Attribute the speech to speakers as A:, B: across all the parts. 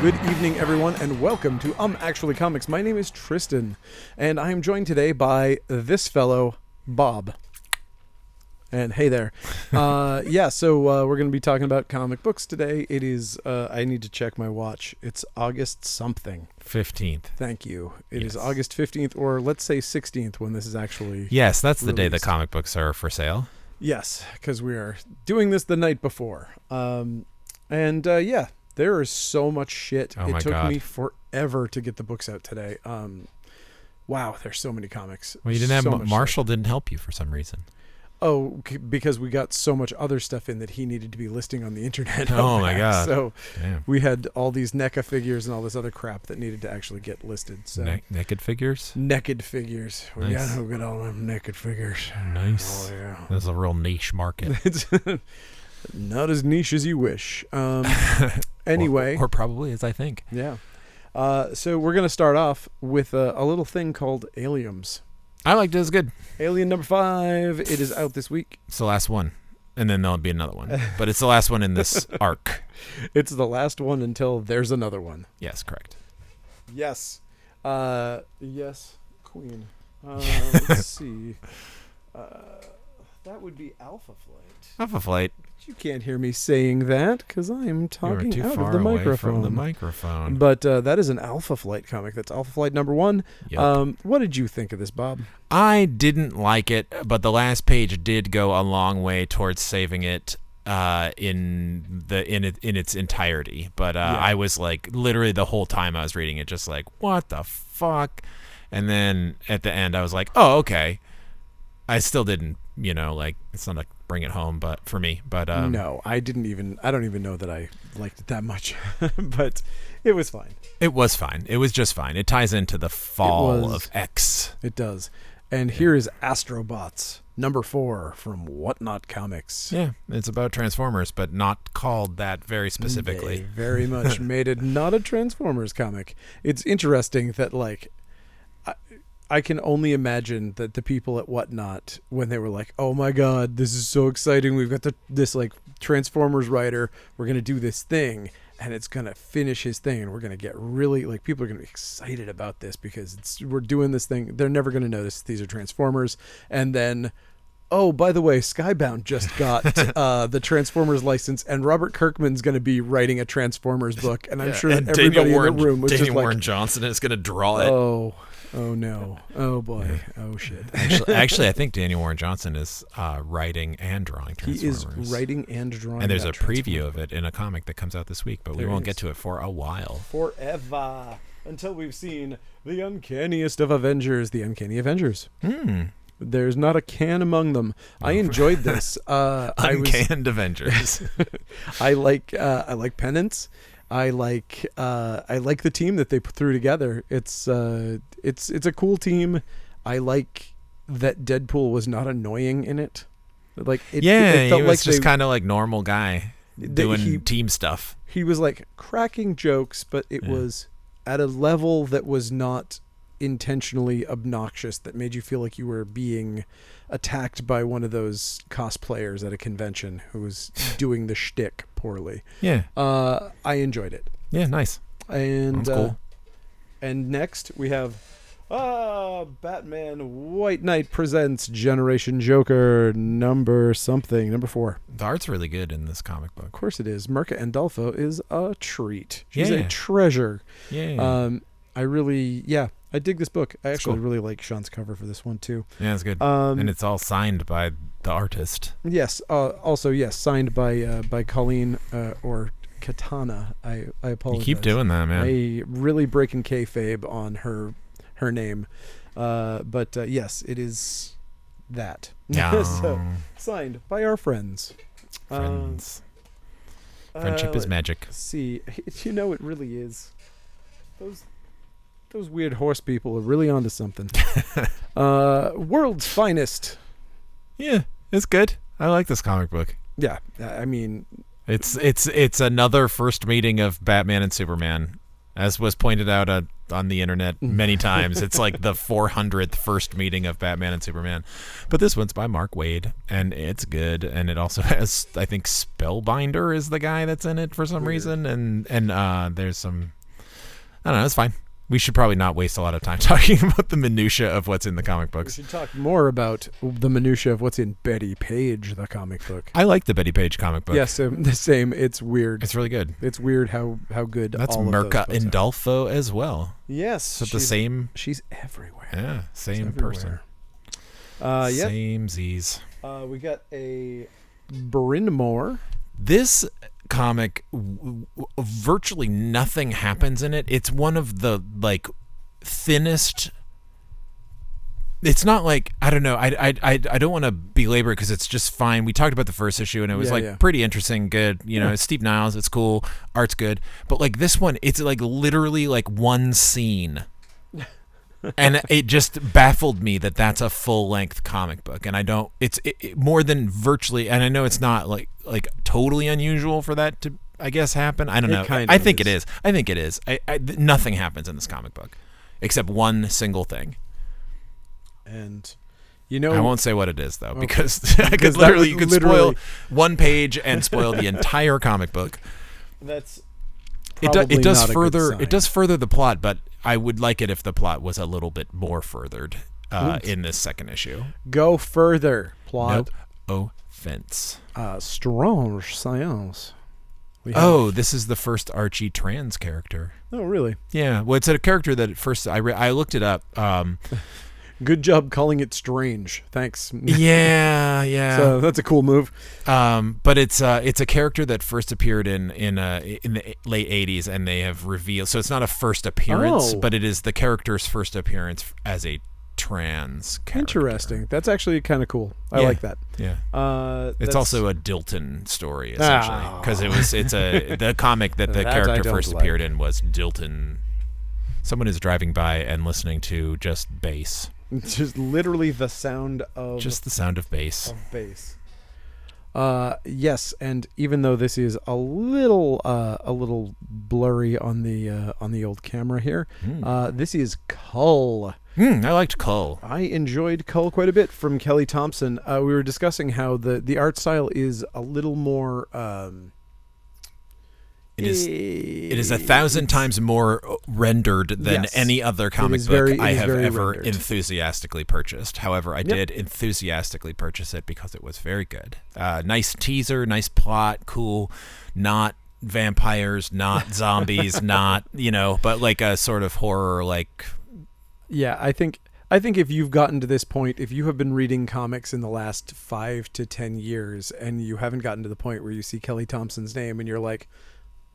A: Good evening, everyone, and welcome to Um Actually Comics. My name is Tristan, and I am joined today by this fellow, Bob. And hey there. Uh, yeah, so uh, we're going to be talking about comic books today. It is, uh, I need to check my watch. It's August something.
B: 15th.
A: Thank you. It is
B: Yes.
A: August 15th, or let's say 16th when this is actually.
B: Yes, that's the day the
A: Released.
B: comic books are for sale.
A: Yes, because we are doing this the night before. Um, and uh, yeah, there is so much shit.
B: Oh
A: it
B: my
A: took
B: God.
A: me forever to get the books out today. Um, wow, there's so many comics.
B: Well, you didn't
A: So
B: have
A: much
B: Marshall didn't help you for some reason.
A: stuff. Oh, c- because we got so much other stuff in that he needed to be listing on the internet.
B: Oh
A: out
B: my
A: back.
B: God.
A: So
B: Damn.
A: we had all these NECA figures and all this other crap that needed to actually get listed. So
B: Ne- naked figures.
A: naked figures. We
B: Nice.
A: gotta get all them naked figures.
B: Nice.
A: Oh yeah.
B: That's a real niche market.
A: it's not as niche as you wish. Um, anyway,
B: or, or probably as I think.
A: yeah. Uh, so we're gonna start off with a, a little thing called Aliens.
B: I liked it. It was good.
A: Alien number five. It is out this week.
B: It's the last one, and then there'll be another one. But it's the last one in this arc.
A: It's the last one until there's another one.
B: Yes, correct.
A: Yes. Uh, yes, Queen. Uh, let's see. Uh, that would be Alpha Flight.
B: Alpha Flight.
A: But you can't hear me saying that because I'm
B: You were
A: talking
B: too
A: out
B: far
A: of the
B: away
A: microphone.
B: from the microphone.
A: But uh, that is an Alpha Flight comic. That's Alpha Flight number one.
B: Yep.
A: Um, what did you think of this, Bob?
B: I didn't like it, but the last page did go a long way towards saving it uh, in the in it, in its entirety. But uh,
A: Yeah.
B: I was like literally the whole time I was reading it, just like what the fuck. And then at the end, I was like, oh okay. I still didn't, you know, like it's not like bring it home, but for me, but um,
A: no, I didn't even. I don't even know that I liked it that much, but it was fine.
B: it was fine. It was just fine. It ties into the fall
A: was-
B: of X.
A: It does. And here is Astrobots number four from Whatnot Comics.
B: Yeah, it's about Transformers, but not called that very specifically.
A: They very much made it not a Transformers comic. It's interesting that like I, I can only imagine that the people at Whatnot when they were like, "Oh my god, this is so exciting. We've got the this like Transformers writer. We're going to do this thing." And it's gonna finish his thing, and we're gonna get really like people are gonna be excited about this because it's, we're doing this thing. They're never gonna notice these are Transformers, and then Oh, by the way, Skybound just got uh, the Transformers license, and Robert Kirkman's going to be writing a Transformers book, and I'm
B: Yeah,
A: sure
B: and
A: everybody
B: Daniel
A: in
B: Warren,
A: the room was
B: Daniel
A: just
B: Warren
A: like,
B: Johnson is going to draw it.
A: "Oh, oh no, oh boy, oh shit."
B: actually, actually, I think Daniel Warren Johnson is uh, writing and drawing
A: He is
B: Transformers.
A: writing and drawing.
B: and there's a
A: that
B: preview of it in a comic that comes out this week, but we
A: There
B: won't
A: is.
B: get to it for a while.
A: Transformers forever until we've seen the uncanniest of Avengers, the uncanny Avengers.
B: Hmm.
A: There's not a can among them. I enjoyed this. Uh, I was
B: Uncanned Avengers.
A: I like uh, I like penance. I like uh, I like the team that they put through together. It's uh, it's it's a cool team. I like that Deadpool was not annoying in it. Like it,
B: yeah,
A: it felt
B: he was
A: like
B: just
A: they-
B: kind of like normal guy
A: they-
B: doing
A: he-
B: team stuff.
A: he was like cracking jokes, but it
B: Yeah.
A: was at a level that was not intentionally obnoxious that made you feel like you were being attacked by one of those cosplayers at a convention who was doing the shtick poorly.
B: Yeah,
A: Uh, I enjoyed it.
B: yeah, nice.
A: And
B: That's
A: uh,
B: cool.
A: and next we have uh Batman White Knight presents Generation Joker number something number 4.
B: The art's really good in this comic
A: Of
B: book.
A: course it is. Merca Andolfo is a treat. She's a
B: Yeah.
A: treasure.
B: Yeah,
A: Um I really yeah, I dig this book. I
B: It's
A: actually
B: cool.
A: really like Sean's cover for this one too.
B: yeah, it's good,
A: Um
B: and it's all signed by the artist.
A: yes, uh, also yes, signed by uh, by Colleen uh, or Katana. I I
B: You
A: apologize.
B: keep doing that, man.
A: I really breaking kayfabe on her her name, uh, but uh, yes, it is that.
B: yeah,
A: So, signed by our friends. Um,
B: friends. Friendship
A: uh,
B: is magic.
A: let's See, you know it really is. Those those weird horse people are really onto something. uh, world's finest.
B: Yeah, it's good. I like this comic book.
A: Yeah, I I mean,
B: It's it's it's another first meeting of Batman and Superman as was pointed out uh, on the internet many times. it's like the 400th first meeting of Batman and Superman. But this one's by Mark Wade, and it's good. And it also has, I think, Spellbinder is the guy that's in it for some reason. And and uh, there's some, I don't know. It's fine. We should probably not waste a lot of time talking about the minutia of what's in the comic
A: We
B: books.
A: should talk more about the minutia of what's in Betty Page, the comic book.
B: I like the Betty Page comic book.
A: Yes, um, the same. It's weird. It's,
B: it's really good.
A: weird how how good
B: That's
A: all of those
B: Merca
A: books are.
B: Indolfo as well.
A: Yes,
B: So the
A: she's-
B: same,
A: She's everywhere.
B: yeah,
A: She's
B: same
A: everywhere.
B: person,
A: Uh, yeah.
B: same Z's.
A: Uh, we got a Bryn Mawr.
B: this comic w- w- virtually nothing happens in it it's one of the like thinnest it's not like i don't know i i i, I don't want to belabor it because it's just fine we talked about the first issue and it was
A: Yeah,
B: like
A: yeah.
B: pretty interesting good you know steve niles it's cool art's good but like this one it's like literally like one scene and it just baffled me that that's a full length comic book and i don't it's it, it- more than virtually and i know it's not like like totally unusual for that to i guess happen i don't
A: It
B: know
A: kind
B: i
A: of
B: think it
A: is.
B: is i think it is I, I th- nothing happens in this comic book except one single thing
A: and you know
B: i won't say what it is though
A: Oh. Okay.
B: because because
A: Because that
B: literally
A: would
B: you could
A: literally-
B: spoil one page and spoil the entire comic book
A: that's
B: it, do,
A: probably
B: it does
A: not a good
B: further
A: sign.
B: it does further the plot but i would like it if the plot was a little bit more furthered uh, in this second issue
A: go further plot
B: No offense.
A: uh, strange science. We have-
B: Oh, this is the first Archie trans character.
A: oh really?
B: Yeah, well, it's a character that at first I re- I looked it up. Um,
A: Good job calling it strange. Thanks.
B: yeah, yeah.
A: so that's a cool move.
B: Um, but it's uh, it's a character that first appeared in in uh, in the late '80s, and they have revealed. So it's not a first appearance,
A: Oh.
B: but it is the character's first appearance as a trans character.
A: Interesting. That's actually kind of cool. I
B: Yeah.
A: like that.
B: Yeah,
A: Uh,
B: it's
A: that's-
B: also a Dilton story essentially
A: Ah.
B: because it was it's a the comic that the
A: That I
B: character
A: don't
B: first
A: like.
B: appeared in was Dilton. Someone is driving by and listening to just bass,
A: it's just literally the sound of
B: just the sound of bass.
A: of bass. Uh, yes, and even though this is a little uh, a little blurry on the uh, on the old camera here,
B: Mm.
A: uh, this is Cull.
B: Mm, I liked Cull.
A: I enjoyed Cull quite a bit from Kelly Thompson. Uh, we were discussing how the the art style is a little more. Um,
B: It is it is a
A: eh,
B: thousand times more rendered than
A: Yes.
B: any other comic
A: is
B: book
A: very- it
B: I
A: is
B: have
A: very
B: ever
A: rendered.
B: enthusiastically purchased. However, I did enthusiastically purchase it because it was very good. Uh, nice teaser, nice plot, cool. Not vampires, not zombies, not you know, but like a sort of horror, like
A: Yeah, I think I think if you've gotten to this point, if you have been reading comics in the last five to ten years, and you haven't gotten to the point where you see Kelly Thompson's name and you're like,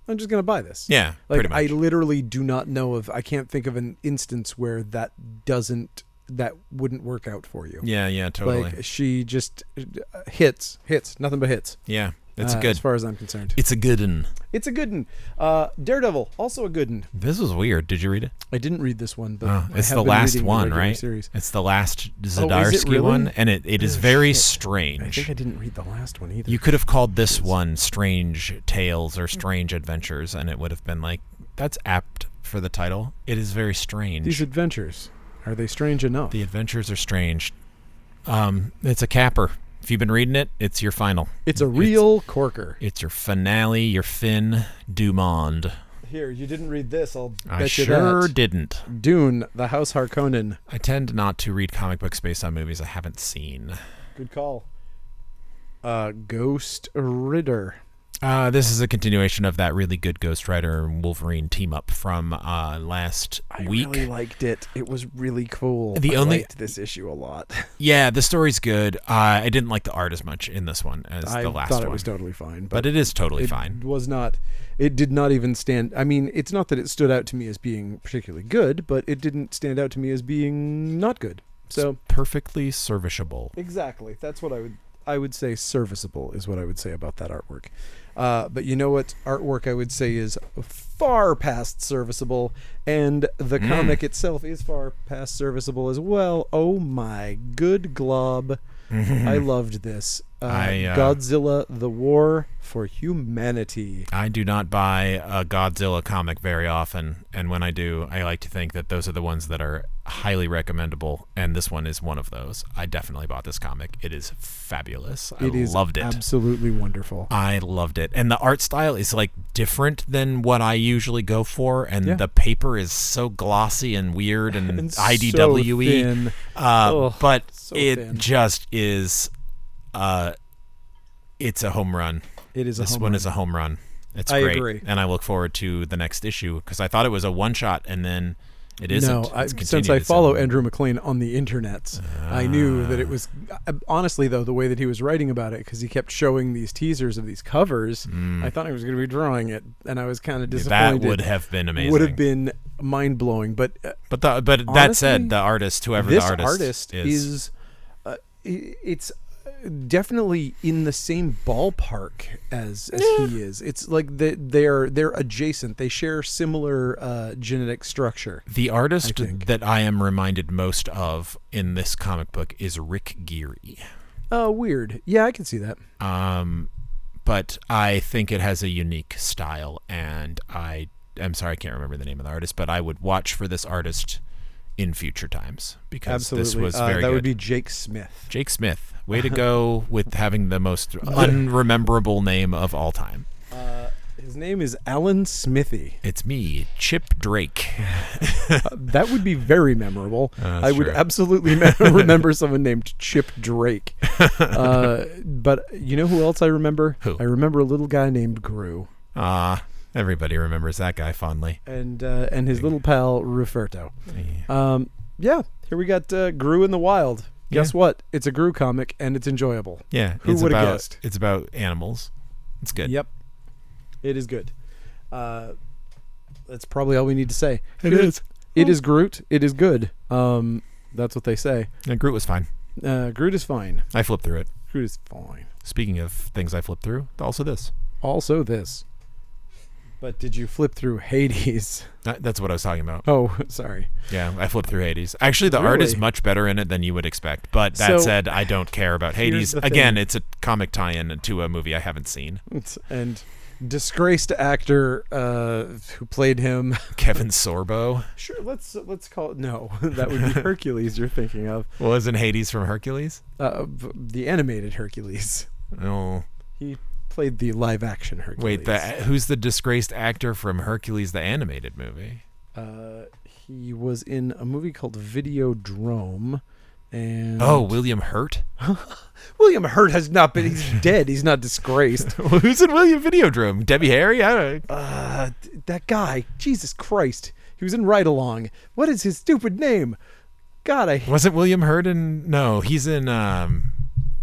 A: I'm just gonna buy this.
B: yeah,
A: like
B: pretty
A: I
B: much.
A: literally do not know of. I can't think of an instance where that doesn't that wouldn't work out for you.
B: yeah, yeah, totally.
A: Like she just uh, hits, hits, nothing but hits.
B: yeah, it's
A: uh,
B: good.
A: as far as I'm concerned.
B: It's a good one.
A: It's a good one. Uh, Daredevil, also a good one.
B: This is weird. Did you read it?
A: I didn't read this one, but
B: Oh,
A: I
B: it's
A: have
B: the
A: been
B: last
A: reading
B: one,
A: regular
B: right?
A: Series.
B: It's the last
A: Oh, is it
B: Zadarsky
A: really?
B: one, and it, it is
A: Oh,
B: very
A: shit. I
B: strange.
A: think I didn't read the last one either.
B: You could have called this one Strange Tales or Strange Adventures, and it would have been like, that's apt for the title. It is very strange.
A: These adventures are they strange enough?
B: the adventures are strange. Um, it's a capper. If you've been reading it, it's your final.
A: it's a real corker.
B: It's your finale, your fin du monde.
A: Here, you didn't read this. I'll bet
B: I
A: you
B: sure
A: that.
B: didn't.
A: Dune, the House Harkonnen.
B: I tend not to read comic books based on movies I haven't seen.
A: Good call. Uh, Ghost Ritter.
B: Uh, this is a continuation of that really good Ghost Rider and Wolverine team up from uh, last
A: I
B: week.
A: really liked it. It was really cool.
B: The
A: I
B: only-
A: liked this issue a lot.
B: Yeah, the story's good. Uh, I didn't like the art as much in this one as
A: I
B: the last
A: thought
B: one,
A: it was totally fine, but,
B: but it is totally
A: it
B: fine.
A: was not. It did not even stand. I mean, it's not that it stood out to me as being particularly good, but it didn't stand out to me as being not good. So
B: Perfectly serviceable.
A: Exactly. That's what I would I would say serviceable is what I would say about that artwork. Uh, but you know what artwork I would say is far past serviceable and the
B: Hmm.
A: comic itself is far past serviceable as well. Oh my good glob. I loved this. Uh,
B: I, uh,
A: Godzilla: The War for Humanity.
B: I do not buy a Godzilla comic very often, and when I do, I like to think that those are the ones that are highly recommendable, and this one is one of those. I definitely bought this comic. It is fabulous. I
A: It is
B: loved it. Uh,
A: absolutely wonderful.
B: I loved it. And the art style is like different than what I usually go for. And
A: Yeah.
B: the paper is so glossy and weird and,
A: And so
B: IDWE.
A: thin.
B: Uh,
A: Ugh,
B: but
A: Oh, so
B: it
A: thin.
B: just is, uh, it's a home run.
A: It is a
B: This
A: home
B: one
A: run.
B: is a home run. It's
A: I
B: great.
A: agree.
B: And I look forward to the next issue because I thought it was a one shot and then it isn't.
A: No, I,
B: It's
A: since
B: continued.
A: I
B: It's
A: follow
B: a-
A: Andrew McLean on the internet, I knew that it was. I- Honestly, though, the way that he was writing about it, because he kept showing these teasers of these covers, I thought he was going to be drawing it, and I was kind of
B: Mm. that
A: disappointed.
B: would have been amazing.
A: Would have been mind blowing. But uh,
B: But the, but that
A: Honestly,
B: said, the artist, whoever
A: this
B: the
A: artist,
B: artist,
A: is, uh, i- it's uh, definitely in the same ballpark as as he is. It's like they, they're they're adjacent. They share similar uh, genetic structure.
B: The artist
A: think.
B: that I am reminded most of in this comic book is Rick Geary.
A: Oh, weird. Yeah, I can see that.
B: Um, but I think it has a unique style, and I am sorry I can't remember the name of the artist, but I would watch for this artist in future times because
A: Absolutely.
B: this was
A: Uh,
B: very
A: that
B: good.
A: would be Jake Smith.
B: Jake Smith, way to go with having the most unrememberable name of all time.
A: Uh, his name is Alan Smithy.
B: It's me, Chip Drake.
A: Uh, that would be very memorable.
B: that's
A: I would
B: true.
A: absolutely me- remember someone named Chip Drake. Uh, but you know who else I remember?
B: Who?
A: I remember a little guy named Gru
B: Ah, everybody remembers that guy fondly.
A: and uh, and his little pal Ruferto.
B: Yeah.
A: Um, yeah, here we got uh, Gru in the Wild. Guess what? It's a Gru comic and it's enjoyable.
B: Yeah,
A: Who
B: it's
A: would've
B: about
A: guessed?
B: it's about animals. It's good.
A: Yep. It is good. Uh, that's probably all we need to say.
B: It
A: Good.
B: is.
A: It is Groot. It is good. Um, that's what they say.
B: And Groot was fine.
A: Uh, Groot is fine.
B: I flipped through it.
A: Groot is fine.
B: Speaking of things I flipped through, also this.
A: Also this. But did you flip through Hades?
B: That- That's what I was talking about.
A: Oh, sorry.
B: Yeah, I flipped through Hades. Actually, the art is
A: Really?
B: much better in it than you would expect. But that
A: So,
B: said, I don't care about
A: here's
B: Hades.
A: the
B: Again, it's a comic tie-in to a movie I haven't seen.
A: It's- And disgraced actor uh, who played him.
B: Kevin Sorbo
A: Sure, let's let's call it. No, that would be Hercules you're thinking of.
B: was in Hades from Hercules.
A: Uh, v- the animated Hercules.
B: Oh,
A: He played the live action Hercules.
B: wait, the, who's the disgraced actor from Hercules, the animated movie?
A: Uh, he was in a movie called Videodrome. And
B: Oh, William Hurt.
A: William Hurt has not been. He's dead. He's not disgraced.
B: who's in William Videodrome? Debbie Harry. I don't.
A: Uh, th- that guy, Jesus Christ, he was in Ride Along. What is his stupid name? God, I
B: Wasn't William Hurt in? No, he's in. Um,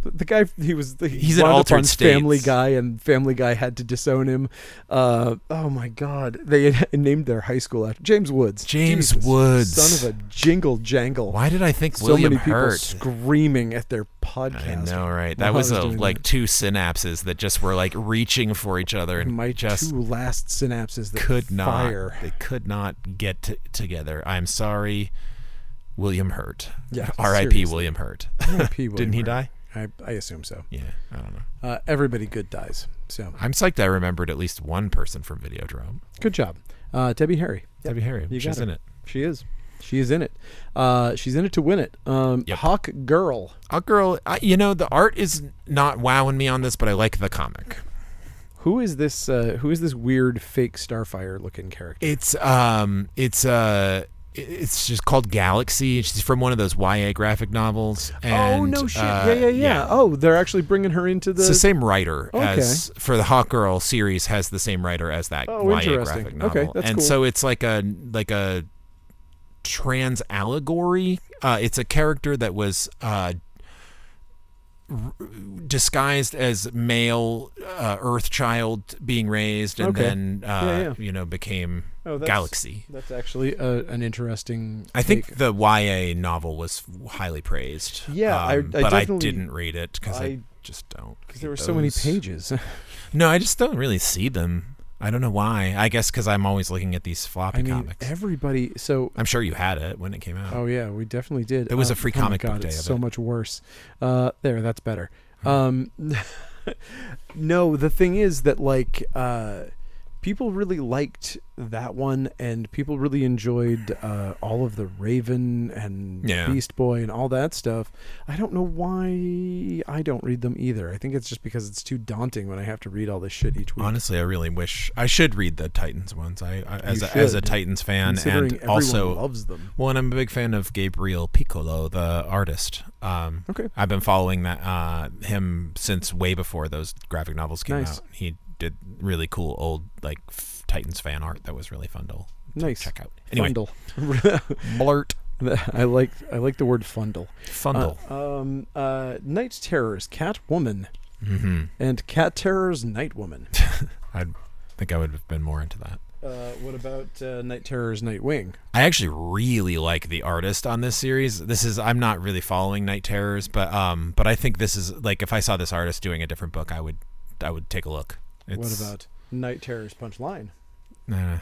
A: the guy. He was. The,
B: He's in
A: wound up
B: Altered
A: on Family
B: States.
A: Guy, and Family Guy had to disown him. Uh, oh my God, they had named their high school after James Woods.
B: James
A: Jesus,
B: Woods.
A: son of a jingle jangle.
B: why did I think
A: So
B: William
A: many people
B: Hurt?
A: screaming at their
B: I
A: podcast.
B: know, right?
A: while I
B: That was,
A: was
B: a,
A: doing
B: like
A: that.
B: two synapses that just were like reaching for each other and
A: My
B: just
A: two last synapses that
B: could not.
A: fire.
B: They could not get t- together. I'm sorry, William Hurt.
A: Yeah,
B: R.I.P.
A: seriously.
B: William Hurt.
A: P. William
B: Didn't he
A: Hurt.
B: die?
A: I, I assume so.
B: Yeah, I don't know.
A: Uh, everybody good dies. So
B: I'm psyched. I remembered at least one person from Videodrome.
A: good job, uh, Debbie Harry.
B: Debbie Harry.
A: You
B: She's
A: got
B: in it.
A: She is. She is in it. Uh, she's in it to win it. Um,
B: Yep.
A: Hawk Girl.
B: Uh, girl, I, you know the art is not wowing me on this, but I like the comic.
A: Who is this? Uh, who is this weird fake Starfire looking character?
B: It's um, it's uh, i- it's just called Galaxy. She's from one of those YA graphic novels. And,
A: oh no shit!
B: uh,
A: yeah, yeah, yeah, Oh, they're actually bringing her into the.
B: It's the same writer
A: Okay.
B: as for the Hawk Girl series has the same writer as that
A: Oh,
B: YA
A: interesting.
B: graphic novel,
A: Okay, that's
B: and
A: cool.
B: so it's like a like a trans allegory. Uh, it's a character that was uh, r- disguised as male uh, Earth child being raised, and
A: Okay.
B: then uh,
A: yeah.
B: you know became
A: Oh, that's-
B: Galaxy.
A: That's actually uh an interesting.
B: I think
A: take.
B: the YA novel was highly praised. um,
A: Yeah, I- I
B: but I
A: definitely-
B: didn't read it because I,
A: I-
B: just don't.
A: because
B: read
A: there were so many
B: those.
A: pages.
B: No, I just don't really see them. I don't know why. I guess because I'm always looking at these floppy
A: I mean,
B: comics.
A: everybody. So
B: I'm sure you had it when it came out.
A: Oh yeah, we definitely did.
B: There was
A: Uh,
B: a free
A: oh my
B: comic book
A: God,
B: day
A: It's
B: of
A: so
B: it.
A: much worse. Uh, there, that's better. Um, no, the thing is that like uh, people really liked that one, and people really enjoyed uh, all of the Raven and
B: Yeah.
A: Beast Boy and all that stuff. I don't know why I don't read them either. I think it's just because it's too daunting when I have to read all this shit each week.
B: Honestly, I really wish I should read the Titans ones. I, I as
A: You
B: a, as a
A: should,
B: Titans fan
A: Considering
B: and
A: everyone
B: also
A: loves them.
B: Well, and I'm a big fan of Gabriel Piccolo, the artist. Um,
A: Okay.
B: I've been following that uh, him since way before those graphic novels came
A: Nice.
B: out. He did really cool old like f- Titans fan art that was really fun to
A: Nice.
B: check out. Anyway,
A: Fundle.
B: blurt
A: I like I like the word fundle.
B: fundle.
A: Uh, um, uh, Night Terrors, Catwoman,
B: mm-hmm.
A: and Cat Terrors, Night Woman.
B: I think I would have been more into that.
A: Uh, what about uh, Night Terrors, Night Wing?
B: I actually really like the artist on this series. This is I'm not really following Night Terrors, but um, but I think this is like if I saw this artist doing a different book, I would I would take a look.
A: What
B: It's-
A: about Night Terrors Punchline?
B: Uh,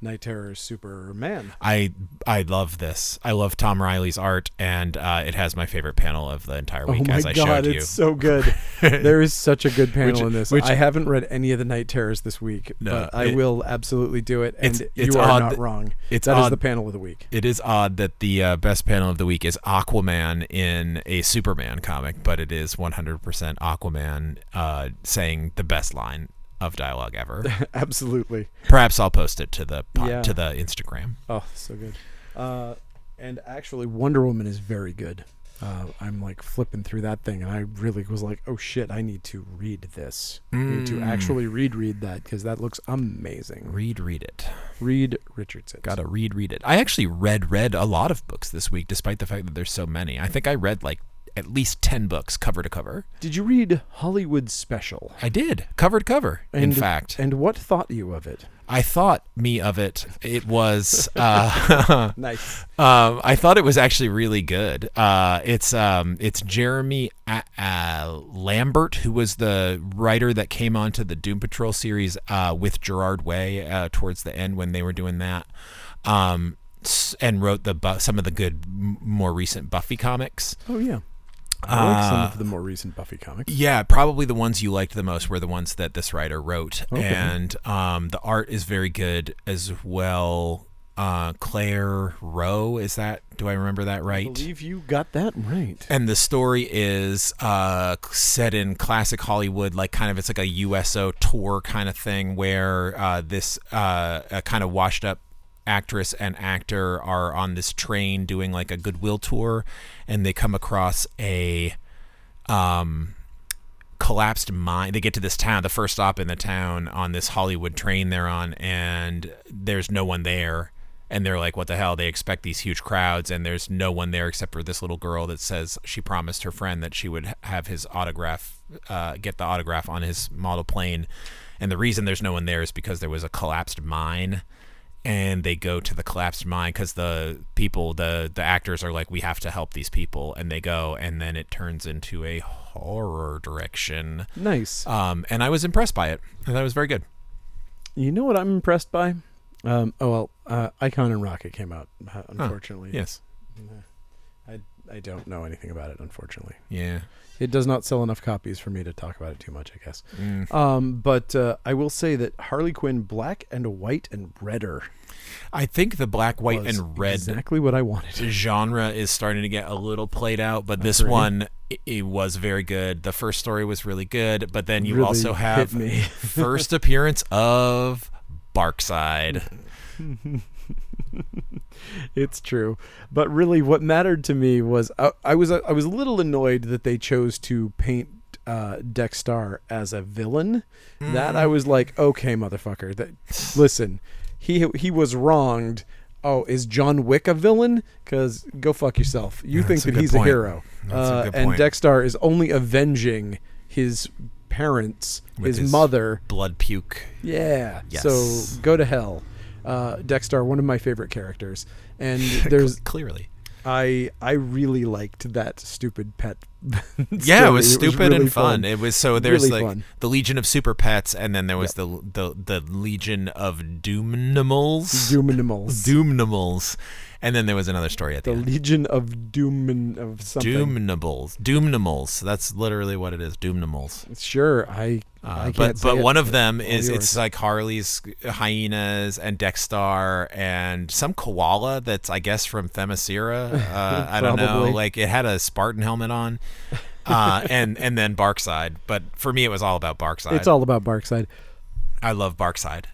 A: Night Terrors Superman.
B: I I love this. I love Tom Riley's art, and uh, it has my favorite panel of the entire
A: Oh
B: week,
A: my
B: as I
A: god,
B: showed
A: it's
B: you.
A: so good. there is such a good panel
B: Which-
A: in this.
B: which-
A: I haven't read any of the Night Terrors this week,
B: No,
A: but I
B: it-
A: will absolutely do it. And
B: It's- it's
A: you are
B: odd
A: not
B: that-
A: wrong.
B: it's
A: That is
B: odd.
A: the panel of the week.
B: it is odd that the uh, best panel of the week is Aquaman in a Superman comic, but it is 100% Aquaman uh, saying the best line of dialogue ever.
A: absolutely.
B: Perhaps I'll post it to the pod,
A: Yeah.
B: to the Instagram.
A: Oh, so good. Uh, and actually, Wonder Woman is very good. Uh, I'm like flipping through that thing, and I really was like, "Oh shit! I need to read this. I need to
B: Mm.
A: actually read read that because that looks amazing."
B: Read, read it.
A: Read Richardson.
B: Gotta read, read it. I actually read, read a lot of books this week, despite the fact that there's so many. I think I read like at least 10 books cover to cover.
A: Did you read Hollywood Special?
B: I did, cover to cover. in
A: And-
B: fact,
A: And what thought you of it?
B: I thought me of it. It was. Uh,
A: Nice.
B: um, I thought it was actually really good. Uh, it's um, it's Jeremy A- uh, Lambert, who was the writer that came onto the Doom Patrol series uh, with Gerard Way uh, towards the end when they were doing that, um, s- and wrote the bu- some of the good, m- more recent Buffy comics.
A: Oh yeah. I like some
B: Uh,
A: of the more recent Buffy comics.
B: Yeah, probably the ones you liked the most were the ones that this writer wrote,
A: Okay.
B: and um, the art is very good as well. Uh, Claire Rowe, is that? Do I remember that
A: I
B: right?
A: believe you got that right.
B: And the story is uh, set in classic Hollywood, like kind of it's like a USO tour kind of thing, where uh, this uh, a kind of washed up actress and actor are on this train doing like a goodwill tour, and they come across a um, collapsed mine. They get to this town, the first stop in the town on this Hollywood train they're on, and there's no one there. And they're like, what the hell? They expect these huge crowds, and there's no one there except for this little girl that says she promised her friend that she would h- have his autograph, uh, get the autograph on his model plane. And the reason there's no one there is because there was a collapsed mine and they go to the collapsed mine because the people the the actors are like we have to help these people and they go and then it turns into a horror direction
A: Nice.
B: um and i was impressed by it and that was very good
A: You know what I'm impressed by? Um, oh well, uh, Icon and Rocket came out. uh, Unfortunately,
B: yes
A: I I don't know anything about it. Unfortunately,
B: yeah
A: it does not sell enough copies for me to talk about it too much. I guess.
B: Mm.
A: Um, but uh, I will say that Harley Quinn, black and white and redder,
B: i think the black white
A: was
B: and red
A: exactly what I wanted.
B: genre is starting to get a little played out but this
A: Agree.
B: one it, it was very good the first story was really good but then you
A: Really
B: also have
A: hit me.
B: first appearance of barkside
A: It's true, but really, what mattered to me was I, I was I was a little annoyed that they chose to paint uh, Dex Star as a villain. That I was like, okay, motherfucker. That listen, he he was wronged. Oh, is John Wick a villain? Because go fuck yourself. You think
B: that's a
A: that
B: good
A: he's
B: point.
A: a hero,
B: That's a
A: Uh,
B: good
A: and
B: point.
A: Dex Star is only avenging his parents,
B: With
A: his
B: his-
A: mother,
B: blood puke
A: yeah.
B: Yes.
A: So go to hell. Uh, Dexter, one of my favorite characters, and there's
B: clearly
A: I I really liked that stupid pet.
B: yeah, it was
A: story.
B: stupid
A: really
B: and fun. It was so there's
A: Really
B: like
A: fun.
B: the Legion of Super Pets, and then there was the the the Legion of Doomnimals.
A: Doom animals.
B: Doomnimals, And then there was another story at the,
A: The
B: end.
A: Legion of Doom and of something.
B: Doomnables. Doomnables. That's literally what it is. Doomnables.
A: Sure, I. I
B: Uh,
A: can't
B: but
A: say
B: but
A: it,
B: one of
A: but
B: them
A: all
B: is
A: yours.
B: it's like Harley's hyenas and Dexstar and some koala that's I guess from Themyscira. Uh, I don't know.
A: Probably.
B: Like it had a Spartan helmet on, uh, and and then Barkside. But for me, it was all about Barkside.
A: It's all about Barkside.
B: I love Barkside.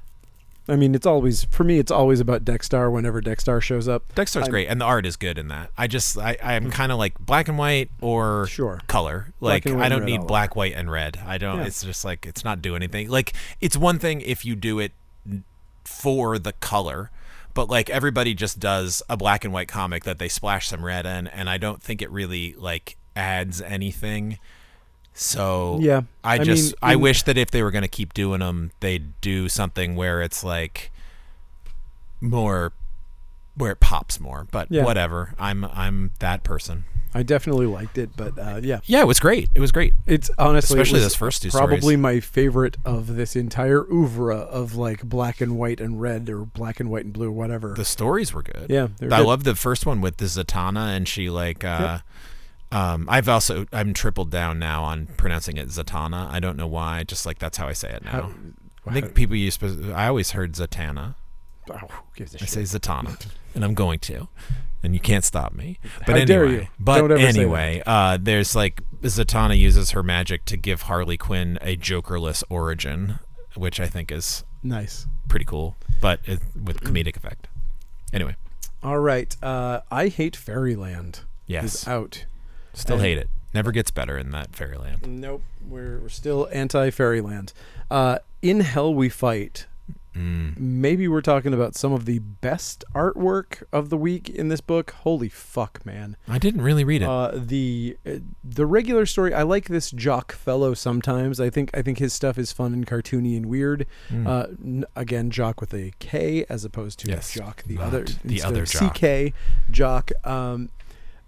A: I mean, it's always for me. It's always about Dexstar. Whenever Dexstar shows up,
B: Dexter's
A: I'm- Mm-hmm.
B: great, and the art is good in that. I just I I am kind of like black and white or
A: Sure.
B: color. Like
A: and white
B: I
A: and
B: don't
A: red all
B: need
A: over.
B: black, white, and red. I don't.
A: Yeah.
B: It's just like it's not do anything. Like it's one thing if you do it for the color. But like everybody just does a black and white comic that they splash some red in, and I don't think it really like adds anything. So
A: Yeah.
B: I
A: I mean,
B: just I
A: in-
B: wish that if they were gonna keep doing them, they'd do something where it's like more where it pops more. But
A: Yeah.
B: whatever, I'm I'm that person.
A: I definitely liked it. But uh, yeah,
B: Yeah, it was great. It was great.
A: it's honestly it
B: Especially
A: was
B: those first two
A: probably
B: stories.
A: my favorite of this entire oeuvre of like black and white and red or black and white and blue, whatever.
B: The stories were good.
A: yeah, they're
B: I
A: good.
B: love the first one with the Zatanna, and she like. uh Um, I've also I'm tripled down now on pronouncing it Zatanna. I don't know why. Just like that's how I say it now.
A: How-
B: I think people used. to- I always heard Zatanna.
A: Oh, who gives a
B: I
A: shit?
B: say Zatanna, and I'm going to, and you can't stop me. But
A: How
B: anyway,
A: dare you.
B: but
A: Don't ever say that.
B: anyway, uh, there's like Zatanna uses her magic to give Harley Quinn a Jokerless origin, which I think is
A: Nice.
B: pretty cool, but it, with comedic effect. Anyway,
A: All right. Uh, I hate Fairyland.
B: yes,
A: Is out.
B: still hate it. Never gets better in that fairyland.
A: Nope. We're, we're still anti Fairyland. Uh, in Hell We Fight. Maybe we're talking about some of the best artwork of the week in this book. Holy fuck, man!
B: I didn't really read it.
A: Uh, the uh, the regular story. I like this jock fellow sometimes. I think I think his stuff is fun and cartoony and weird.
B: Mm.
A: Uh, n- again, jock with a K as opposed to
B: Yes,
A: jock the
B: not
A: other
B: the
A: instead
B: other
A: of
B: Jock.
A: CK jock. Um,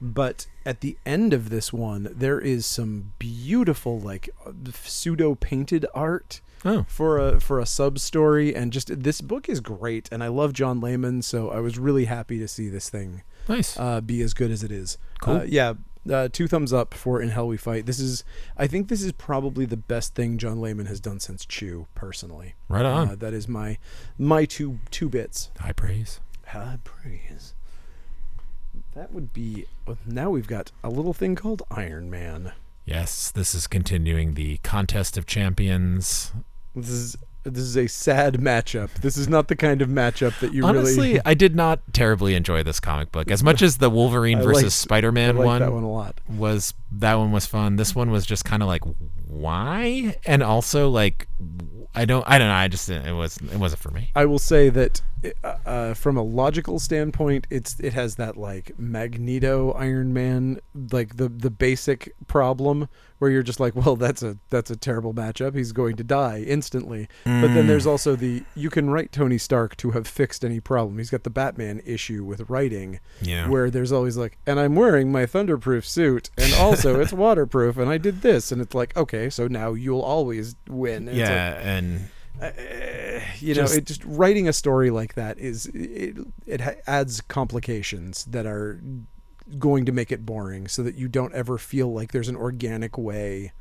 A: but at the end of this one, there is some beautiful like pseudo painted art
B: oh,
A: for a for a sub story and just this book is great and I love John Layman so I was really happy to see this thing
B: nice.
A: uh, be as good as it is.
B: Cool.
A: Uh, yeah, uh, two thumbs up for In Hell We Fight. This is, I think, this is probably the best thing John Layman has done since Chew. Personally,
B: right on.
A: uh, that is my my two two bits.
B: High praise.
A: High praise. That would be. uh, Now we've got a little thing called Iron Man.
B: Yes, this is continuing the contest of champions.
A: This is this is a sad matchup. This is not the kind of matchup that you
B: Honestly,
A: really.
B: I did not terribly enjoy this comic book as much as the Wolverine
A: I
B: versus
A: liked- I
B: Spider-Man
A: like
B: one,
A: that one a lot.
B: was that one was fun. This one was just kind of like why, and also like I don't I don't know. I just didn't- it was it wasn't for me.
A: I will say that uh, uh, from a logical standpoint, it's it has that like Magneto Iron Man like the the basic problem where you're just like, well, that's a that's a terrible matchup. He's going to die instantly. But
B: Mm.
A: then there's also the you can write Tony Stark to have fixed any problem. He's got the Batman issue with writing,
B: Yeah.
A: where there's always like, and I'm wearing my thunderproof suit, and also it's waterproof, and I did this, and it's like, okay, so now you'll always win. And it's like,
B: yeah, and
A: you
B: Just-
A: know, it just writing a story like that is it, it ha- adds complications that are going to make it boring, so that you don't ever feel like there's an organic way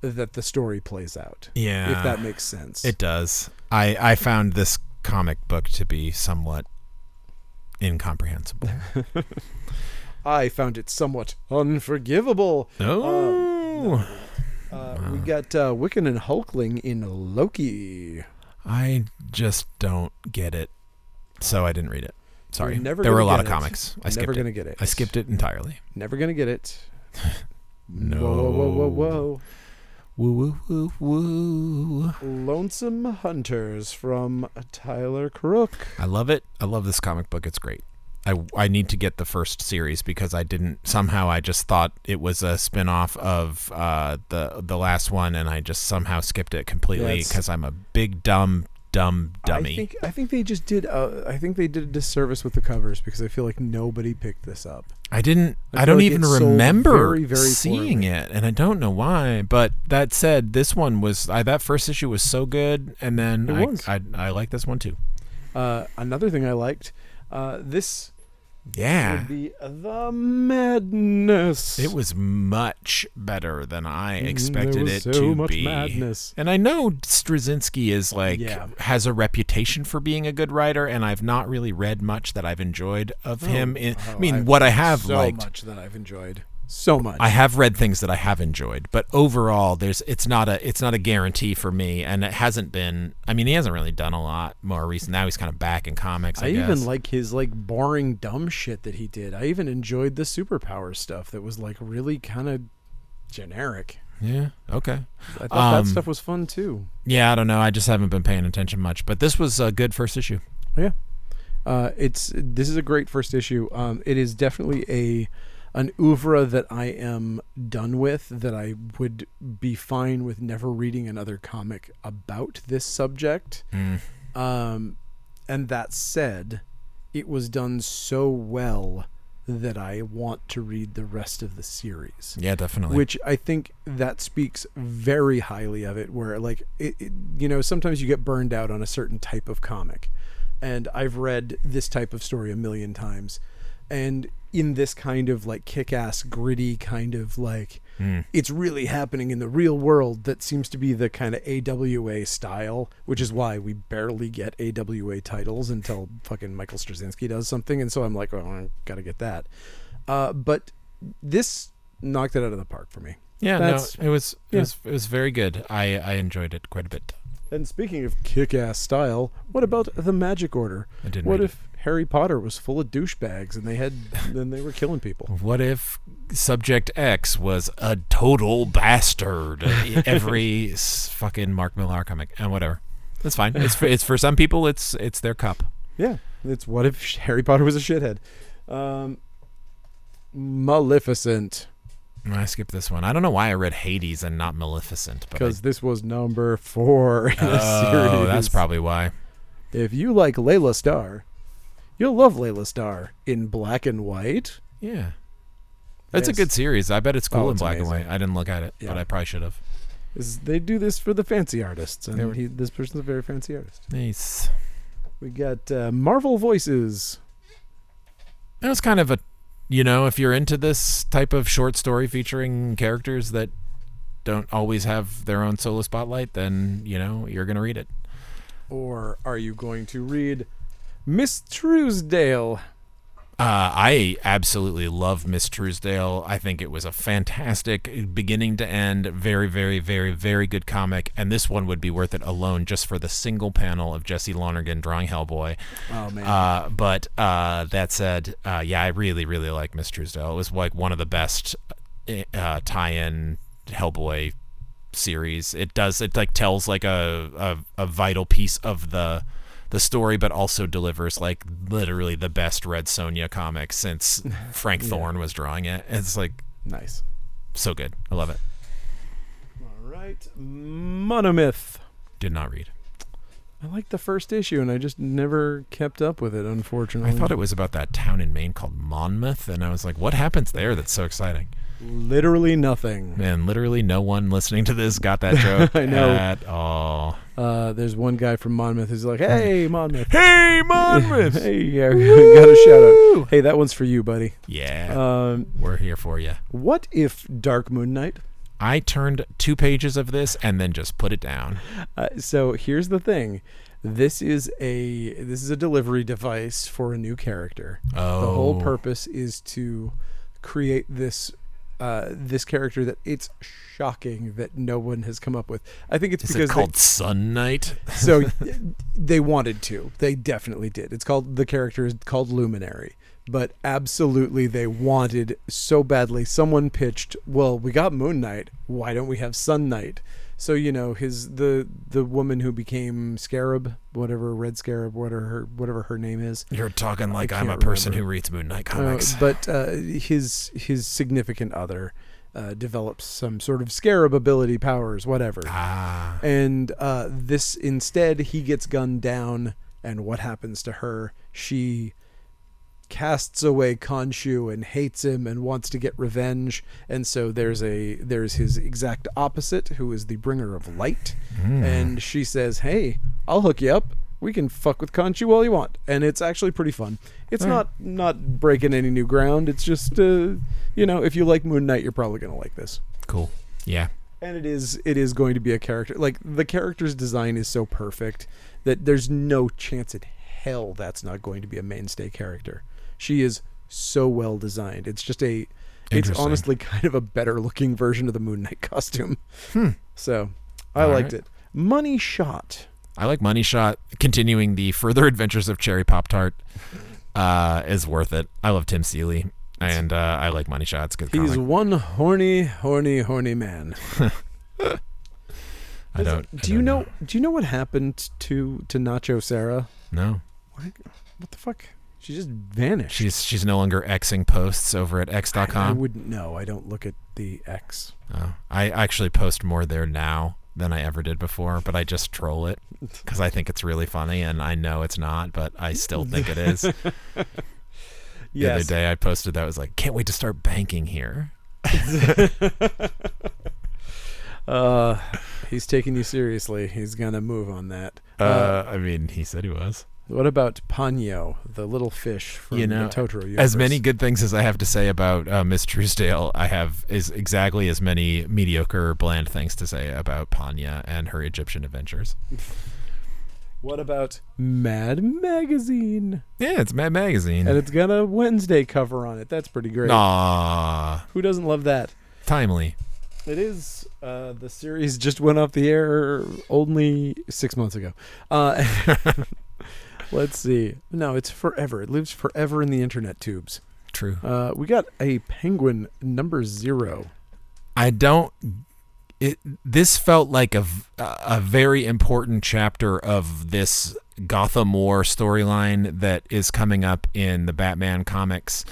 A: that the story plays out.
B: yeah,
A: if that makes sense.
B: Ah. it does. I I found this comic book to be somewhat
A: Um,
B: incomprehensible.
A: I found it somewhat unforgivable.
B: oh.
A: Uh,
B: Ah.
A: We got uh, Wiccan and Hulkling in Loki.
B: I just don't get it, so I didn't read it. Sorry,
A: You're never
B: there were a
A: gonna
B: lot of
A: get it.
B: comics. I skipped
A: Never
B: it.
A: gonna get it.
B: I skipped it entirely.
A: Never gonna get it.
B: No.
A: Whoa, whoa, whoa, whoa, whoa.
B: Woo woo woo woo.
A: Lonesome Hunters from Tyler Crook.
B: I love it. I love this comic book. It's great. I, I need to get the first series because I didn't somehow I just thought it was a spin-off of uh, the the last one and I just somehow skipped it completely
A: Yes.
B: because I'm a big dumb dumb dummy.
A: I think I think they just did. Uh, I think they did a disservice with the covers because I feel like nobody picked this up.
B: I didn't.
A: I
B: I, don't
A: feel like
B: even
A: it sold
B: remember
A: very, very
B: seeing
A: poorly.
B: it, and I don't know why. But that said, this one was I, that first issue was so good, and then
A: It
B: I,
A: was.
B: I I like this one too.
A: Uh, another thing I liked uh, this
B: Yeah.
A: would be the madness.
B: It was much better than I expected
A: Mm, was
B: it
A: so
B: to
A: much
B: be.
A: madness.
B: And I know Straczynski is like
A: Yeah.
B: has a reputation for being a good writer, and I've not really read much that I've enjoyed of him. In, I
A: Oh,
B: mean,
A: I've
B: what I have
A: so
B: liked,
A: much that I've enjoyed. So much.
B: I have read things that I have enjoyed, but overall, there's it's not a it's not a guarantee for me, and it hasn't been. I mean, he hasn't really done a lot more recent. Now he's kind of back in comics. I,
A: I
B: guess.
A: even like his like boring dumb shit that he did. I even enjoyed the superpower stuff that was like really kind of generic.
B: yeah, okay.
A: I thought
B: Um,
A: that stuff was fun too.
B: Yeah, I don't know. I just haven't been paying attention much, but this was a good first issue.
A: Yeah. Uh, it's this is a great first issue. Um, it is definitely a an oeuvre that I am done with. That I would be fine with never reading another comic about this subject. Um, and that said, it was done so well that I want to read the rest of the series
B: Yeah, definitely.
A: which I think that speaks very highly of it. Where like it, it, you know, sometimes you get burned out on a certain type of comic, and I've read this type of story a million times, and in this kind of like kick-ass gritty kind of like it's really happening in the real world that seems to be the kind of AWA style, which is why we barely get AWA titles until fucking Michael Straczynski does something, and so I'm like, oh, I gotta get that. Uh, but this knocked it out of the park for me.
B: Yeah,
A: That's-
B: no, it was it
A: yeah.
B: was it was very good. I I enjoyed it quite a bit.
A: And speaking of kick-ass style, what about the Magic Order?
B: I didn't
A: What
B: read
A: if Harry Potter was full of douchebags and they had then they were killing people?
B: What if Subject X was a total bastard? Every s- fucking Mark Millar comic and whatever. That's fine. It's for, it's for some people. It's it's their cup.
A: Yeah, it's what if sh- Harry Potter was a shithead? Um, Maleficent,
B: I skipped this one. I don't know why I read Hades and not Maleficent. but I-
A: because this was number four in the series.
B: oh, that's probably why.
A: If you like Layla Starr, you'll love Layla Starr in black and white.
B: Yeah, that's
A: Yes.
B: a good series. I bet it's cool
A: Oh,
B: in
A: it's
B: black and
A: amazing.
B: white. I didn't look at it,
A: Yeah.
B: but I probably should have.
A: Is they do this for the fancy artists, and
B: They were-
A: he, this person's a very fancy artist.
B: Nice.
A: We got uh, Marvel Voices.
B: That was kind of a, you know, if you're into this type of short story featuring characters that don't always have their own solo spotlight, then you know you're gonna read it.
A: Or are you going to read Miss Truesdale?
B: Uh, I absolutely love Miss Truesdale. I think it was a fantastic beginning to end, very, very, very, very good comic. And this one would be worth it alone just for the single panel of Jesse Lonergan drawing Hellboy.
A: Oh man.
B: Uh, but uh, that said, uh, yeah, I really, really like Miss Truesdale. It was like one of the best uh, tie-in Hellboy series. It does it like tells like a, a a vital piece of the the story, but also delivers like literally the best Red Sonja comic since Frank Thorne was drawing it. It's like
A: nice.
B: so good. I love it.
A: All right, Monomyth.
B: Did not read.
A: I liked the first issue, and I just never kept up with it. Unfortunately,
B: I thought it was about that town in Maine called Monmouth, and I was like, "What happens there? That's so exciting."
A: literally nothing.
B: Man, literally no one listening to this got that joke
A: I know.
B: at all.
A: Uh, there's one guy from Monmouth who's like, "Hey, Monmouth."
B: Hey, Monmouth!
A: hey, yeah, got a shout out. Hey, that one's for you, buddy.
B: yeah,
A: Um,
B: we're here for you.
A: what if Dark Moon Knight?
B: I turned two pages of this and then just put it down.
A: Uh, so here's the thing. This is a this is a delivery device for a new character. The whole
B: Oh.
A: purpose is to create this uh, this character that it's shocking that no one has come up with. I think it's
B: Is
A: because
B: it
A: they-
B: called Sun Knight?
A: so they wanted to. They definitely did. It's called the character is called Luminary, but absolutely they wanted so badly. Someone pitched, "Well, we got Moon Knight. Why don't we have Sun Knight?" So you know his the the woman who became Scarab, whatever Red Scarab, whatever her whatever her name is.
B: You're talking like I'm a
A: can't
B: person
A: remember.
B: who reads Moon
A: Uh,
B: Knight comics.
A: but uh, his his significant other uh, develops some sort of Scarab ability powers, whatever
B: ah,
A: and uh, this instead he gets gunned down and what happens to her she casts away Khonshu and hates him and wants to get revenge and so there's a there's his exact
B: Hmm.
A: opposite who is the bringer of light and she says hey I'll hook you up we can fuck with Conchu all you want, and it's actually pretty fun. It's
B: All right.
A: not not breaking any new ground. It's just uh, you know, if you like Moon Knight, you're probably gonna like this.
B: Cool. Yeah.
A: And it is it is going to be a character like the character's design is so perfect that there's no chance in hell that's not going to be a mainstay character. She is so well designed. It's just a it's
B: Interesting.
A: honestly kind of a better looking version of the Moon Knight costume. So I
B: Hmm. All
A: liked
B: right.
A: it. Money shot.
B: I like Money Shot. Continuing the further adventures of Cherry Pop Tart uh, is worth it. I love Tim Seeley, and uh, I like Money Shot. It's a good
A: He's
B: comic.
A: one horny, horny, horny man.
B: I don't. I
A: Do you
B: don't
A: know, Do you know what happened to to Nacho Sarah?
B: No,
A: What the fuck? She just vanished.
B: she's she's no longer xing posts over at x.com.
A: I wouldn't know. I don't look at the X.
B: Oh, I actually post more there now than I ever did before, but I just troll it because I think it's really funny, and I know it's not, but I still think it is. The other
A: Yes.
B: day I posted that I was like, can't wait to start banking here.
A: Uh, he's taking you seriously. He's gonna move on that.
B: Uh, I mean, he said he was.
A: what about Ponyo, the little fish from
B: You know,
A: the Totoro universe?
B: As many good things as I have to say about uh, Miss Truesdale, I have is exactly as many mediocre, bland things to say about Panya and her Egyptian adventures.
A: What about Mad Magazine?
B: Yeah, it's Mad
A: And
B: Magazine.
A: it's got a Wednesday cover on it. That's pretty great.
B: Aw,
A: Who doesn't love that?
B: timely.
A: It is. Uh, the series just went off the air only six months ago. Uh, let's see. No, it's forever. It lives forever in the internet tubes.
B: True.
A: Uh, we got a penguin number zero.
B: I don't. It this felt like a v- a very important chapter of this Gotham War storyline that is coming up in the Batman comics,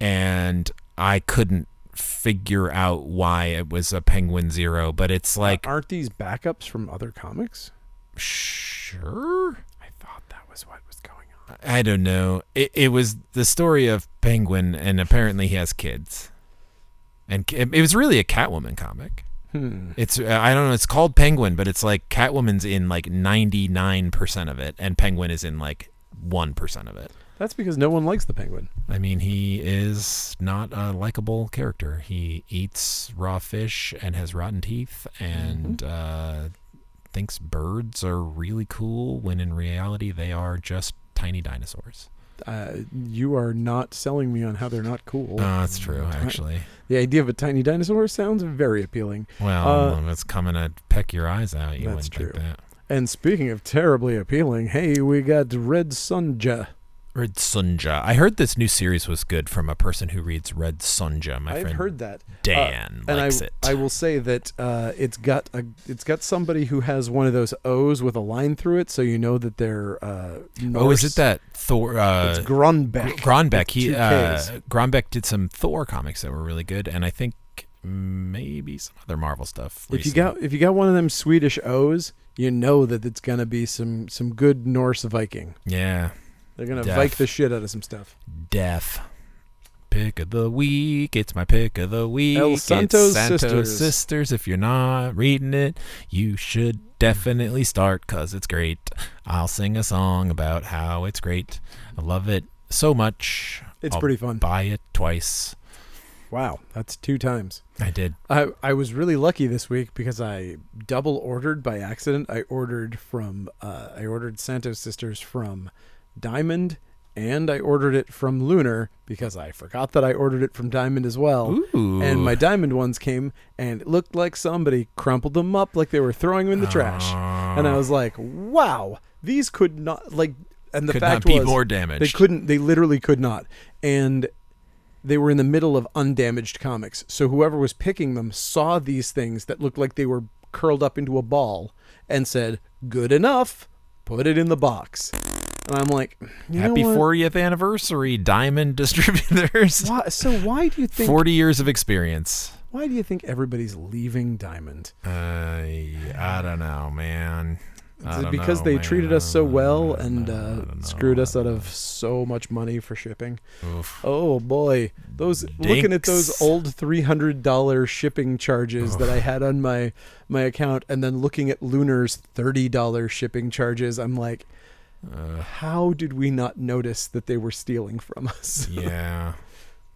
B: and I couldn't figure out why it was a Penguin Zero, but it's like
A: Aren't these backups from other comics?
B: sure.
A: I thought that was what was going on.
B: I don't know. It it was the story of Penguin, and apparently he has kids, and ki- it was really a Catwoman comic.
A: Hmm.
B: It's uh, I don't know. It's called Penguin, but it's like Catwoman's in like ninety nine percent of it, and Penguin is in like one percent of it.
A: That's because no one likes the penguin.
B: I mean, he is not a likable character. He eats raw fish and has rotten teeth, and
A: Mm-hmm.
B: uh, thinks birds are really cool when in reality they are just tiny dinosaurs.
A: Uh, you are not selling me on how they're not cool.
B: Oh, that's true, actually.
A: the idea of a tiny dinosaur sounds very appealing.
B: Well,
A: Uh,
B: it's coming to peck your eyes out. You
A: That's
B: wouldn't think
A: true.
B: that.
A: And speaking of terribly appealing, hey, we got Red Sunja.
B: Red Sunja. I heard this new series was good from a person who reads Red Sunja. My
A: I've
B: friend
A: heard that. Uh,
B: Dan
A: and I,
B: likes it.
A: I will say that uh, it's got a, it's got somebody who has one of those O's with a line through it, so you know that they're. Uh,
B: oh, is
A: Norse.
B: it that Thor?
A: It's
B: Uh,
A: Grunbeck.
B: Gronbeck.
A: with
B: He
A: two
B: uh,
A: Ks.
B: Gronbeck did some Thor comics that were really good, and I think maybe some other Marvel stuff.
A: if you
B: recently.
A: got if you got one of them Swedish O's, you know that it's gonna be some some good Norse Viking.
B: yeah,
A: They're gonna
B: Def.
A: Vike the shit out of some stuff.
B: deaf. Pick of the week. It's my pick of the week.
A: El Santos
B: it's Santos
A: Sisters.
B: Sisters. If you're not reading it, you should definitely start because it's great. I'll sing a song about how it's great. I love it so much.
A: It's
B: I'll
A: pretty fun.
B: Buy it twice.
A: Wow, that's two times.
B: I did.
A: I I was really lucky this week because I double ordered by accident. I ordered from uh, I ordered Santos Sisters from Diamond. And I ordered it from Lunar because I forgot that I ordered it from Diamond as well.
B: Ooh.
A: And my diamond ones came, and it looked like somebody crumpled them up like they were throwing them in the trash. And I was like, "Wow, these could not like." And the
B: could
A: fact
B: not be
A: was,
B: more
A: they
B: damaged.
A: couldn't. They literally could not. And they were in the middle of undamaged comics, so whoever was picking them saw these things that looked like they were curled up into a ball, and said, "Good enough. Put it in the box." And I'm like, you know
B: Happy
A: what?
B: 40th anniversary, Diamond Distributors.
A: Why, so why do you think?
B: 40 years of experience.
A: Why do you think everybody's leaving Diamond?
B: Uh, I don't know, man. I
A: Is it
B: don't
A: because
B: know,
A: they
B: man.
A: treated us so well and
B: I
A: uh,
B: don't know.
A: screwed us out of so much money for shipping?
B: Oof.
A: Oh boy, those looking at those
B: Dinks.
A: old three hundred dollar shipping charges that I had on my my account, and then looking at Lunar's thirty dollar shipping charges, I'm like,
B: Uh,
A: How did we not notice that they were stealing from us?
B: yeah.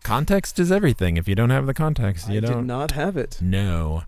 B: Context is everything. If you don't have the context, you
A: I did
B: don't
A: not have it.
B: know.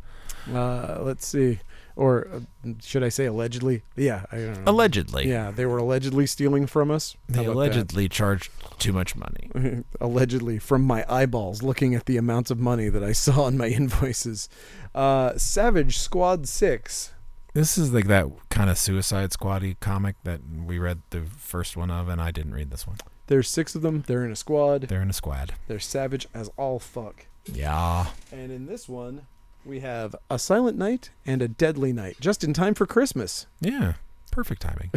A: Uh, let's see. Or uh, should I say allegedly? Yeah, I don't know.
B: Allegedly,
A: Yeah, they were allegedly stealing from us. How
B: they
A: about
B: allegedly charged too much money.
A: that? allegedly from my eyeballs looking at the amounts of money that I saw on my invoices. Uh, Savage Squad 6.
B: This is like that kind of Suicide Squad-y comic that we read the first one of, and I didn't read this one.
A: There's six of them. They're in a squad.
B: They're in a squad.
A: They're savage as all fuck.
B: Yeah.
A: And in this one, we have a silent night and a deadly night, just in time for Christmas.
B: Yeah. Perfect timing.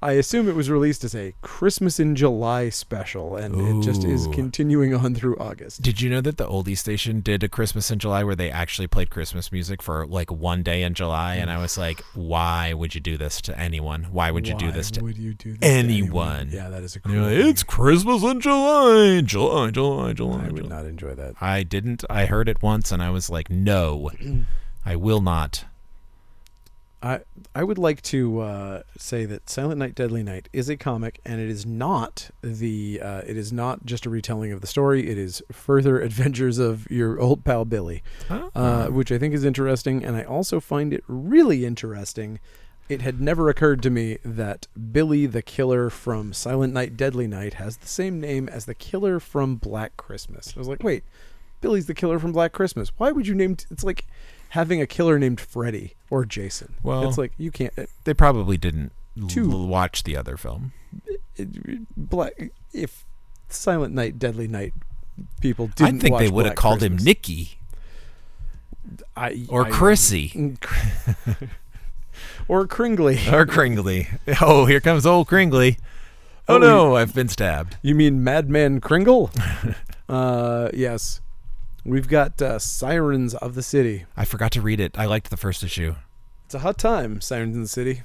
A: I assume it was released as a Christmas in July special, and it just is
B: Ooh.
A: continuing on through August.
B: Did you know that the oldie station did a Christmas in July where they actually played Christmas music for like one day in July? And I was like, why would you do this to anyone? Why would you do
A: Why
B: this to
A: would you do this To anyone?
B: anyone?
A: Yeah, that is a
B: And
A: cruel.
B: they're like, it's Christmas in July, July, July, July.
A: I would
B: July."
A: not enjoy that.
B: I didn't. I heard it once and I was like, no, I will not.
A: I I would like to uh, say that Silent Night, Deadly Night is a comic, and it is not the uh, it is not just a retelling of the story. It is further adventures of your old pal Billy. uh, which I think is interesting, and I also find it really interesting. It had never occurred to me that Billy the Killer from Silent Night, Deadly Night has the same name as the killer from Black Christmas. I was like, wait, Billy's the killer from Black Christmas. Why would you name? T- it's like having a killer named Freddy or Jason.
B: Well-
A: it's like you can't. It,
B: they probably didn't l-
A: Two.
B: watch the other film.
A: it- black if Silent Night, Deadly Night people
B: I
A: didn't.
B: think they
A: watch
B: would have
A: Black
B: called him
A: Christmas.
B: Nicky
A: I-
B: or
A: I-
B: Chrissy
A: or Kringley.
B: or Kringley. Oh, here comes old Kringley. Oh,
A: Oh,
B: no, I've been stabbed.
A: You mean Madman Kringle? uh, yes. We've got uh, Sirens of the City.
B: I forgot to read it. I liked the first issue.
A: It's a hot time, Sirens in the City.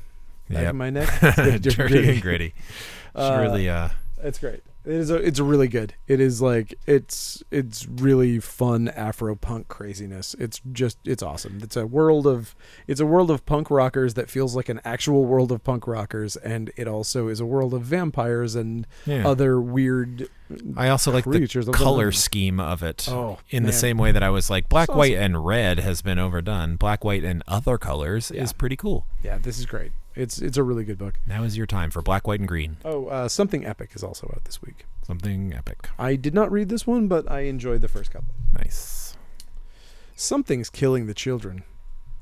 A: Back
B: Yep.
A: of my neck. It's good,
B: dirty,
A: gritty.
B: and gritty. It's
A: Uh,
B: really uh,
A: It's great. It is. A, it's really good. It is like it's it's really fun Afro punk craziness. It's just it's awesome. It's a world of it's a world of punk rockers that feels like an actual world of punk rockers, and it also is a world of vampires and
B: yeah.
A: other weird.
B: I also like
A: creatures
B: the
A: of the
B: color
A: night.
B: scheme of it.
A: Oh,
B: in the
A: man.
B: same way that I was like black,
A: It's
B: white, and red has been overdone. Black, white, and other colors is pretty cool.
A: Yeah, this is great. It's it's a really good book.
B: Now is your time for black, white, and green.
A: Oh, uh, something epic is also out this week.
B: Something epic.
A: I did not read this one, but I enjoyed the first couple.
B: Nice.
A: Something's killing the children.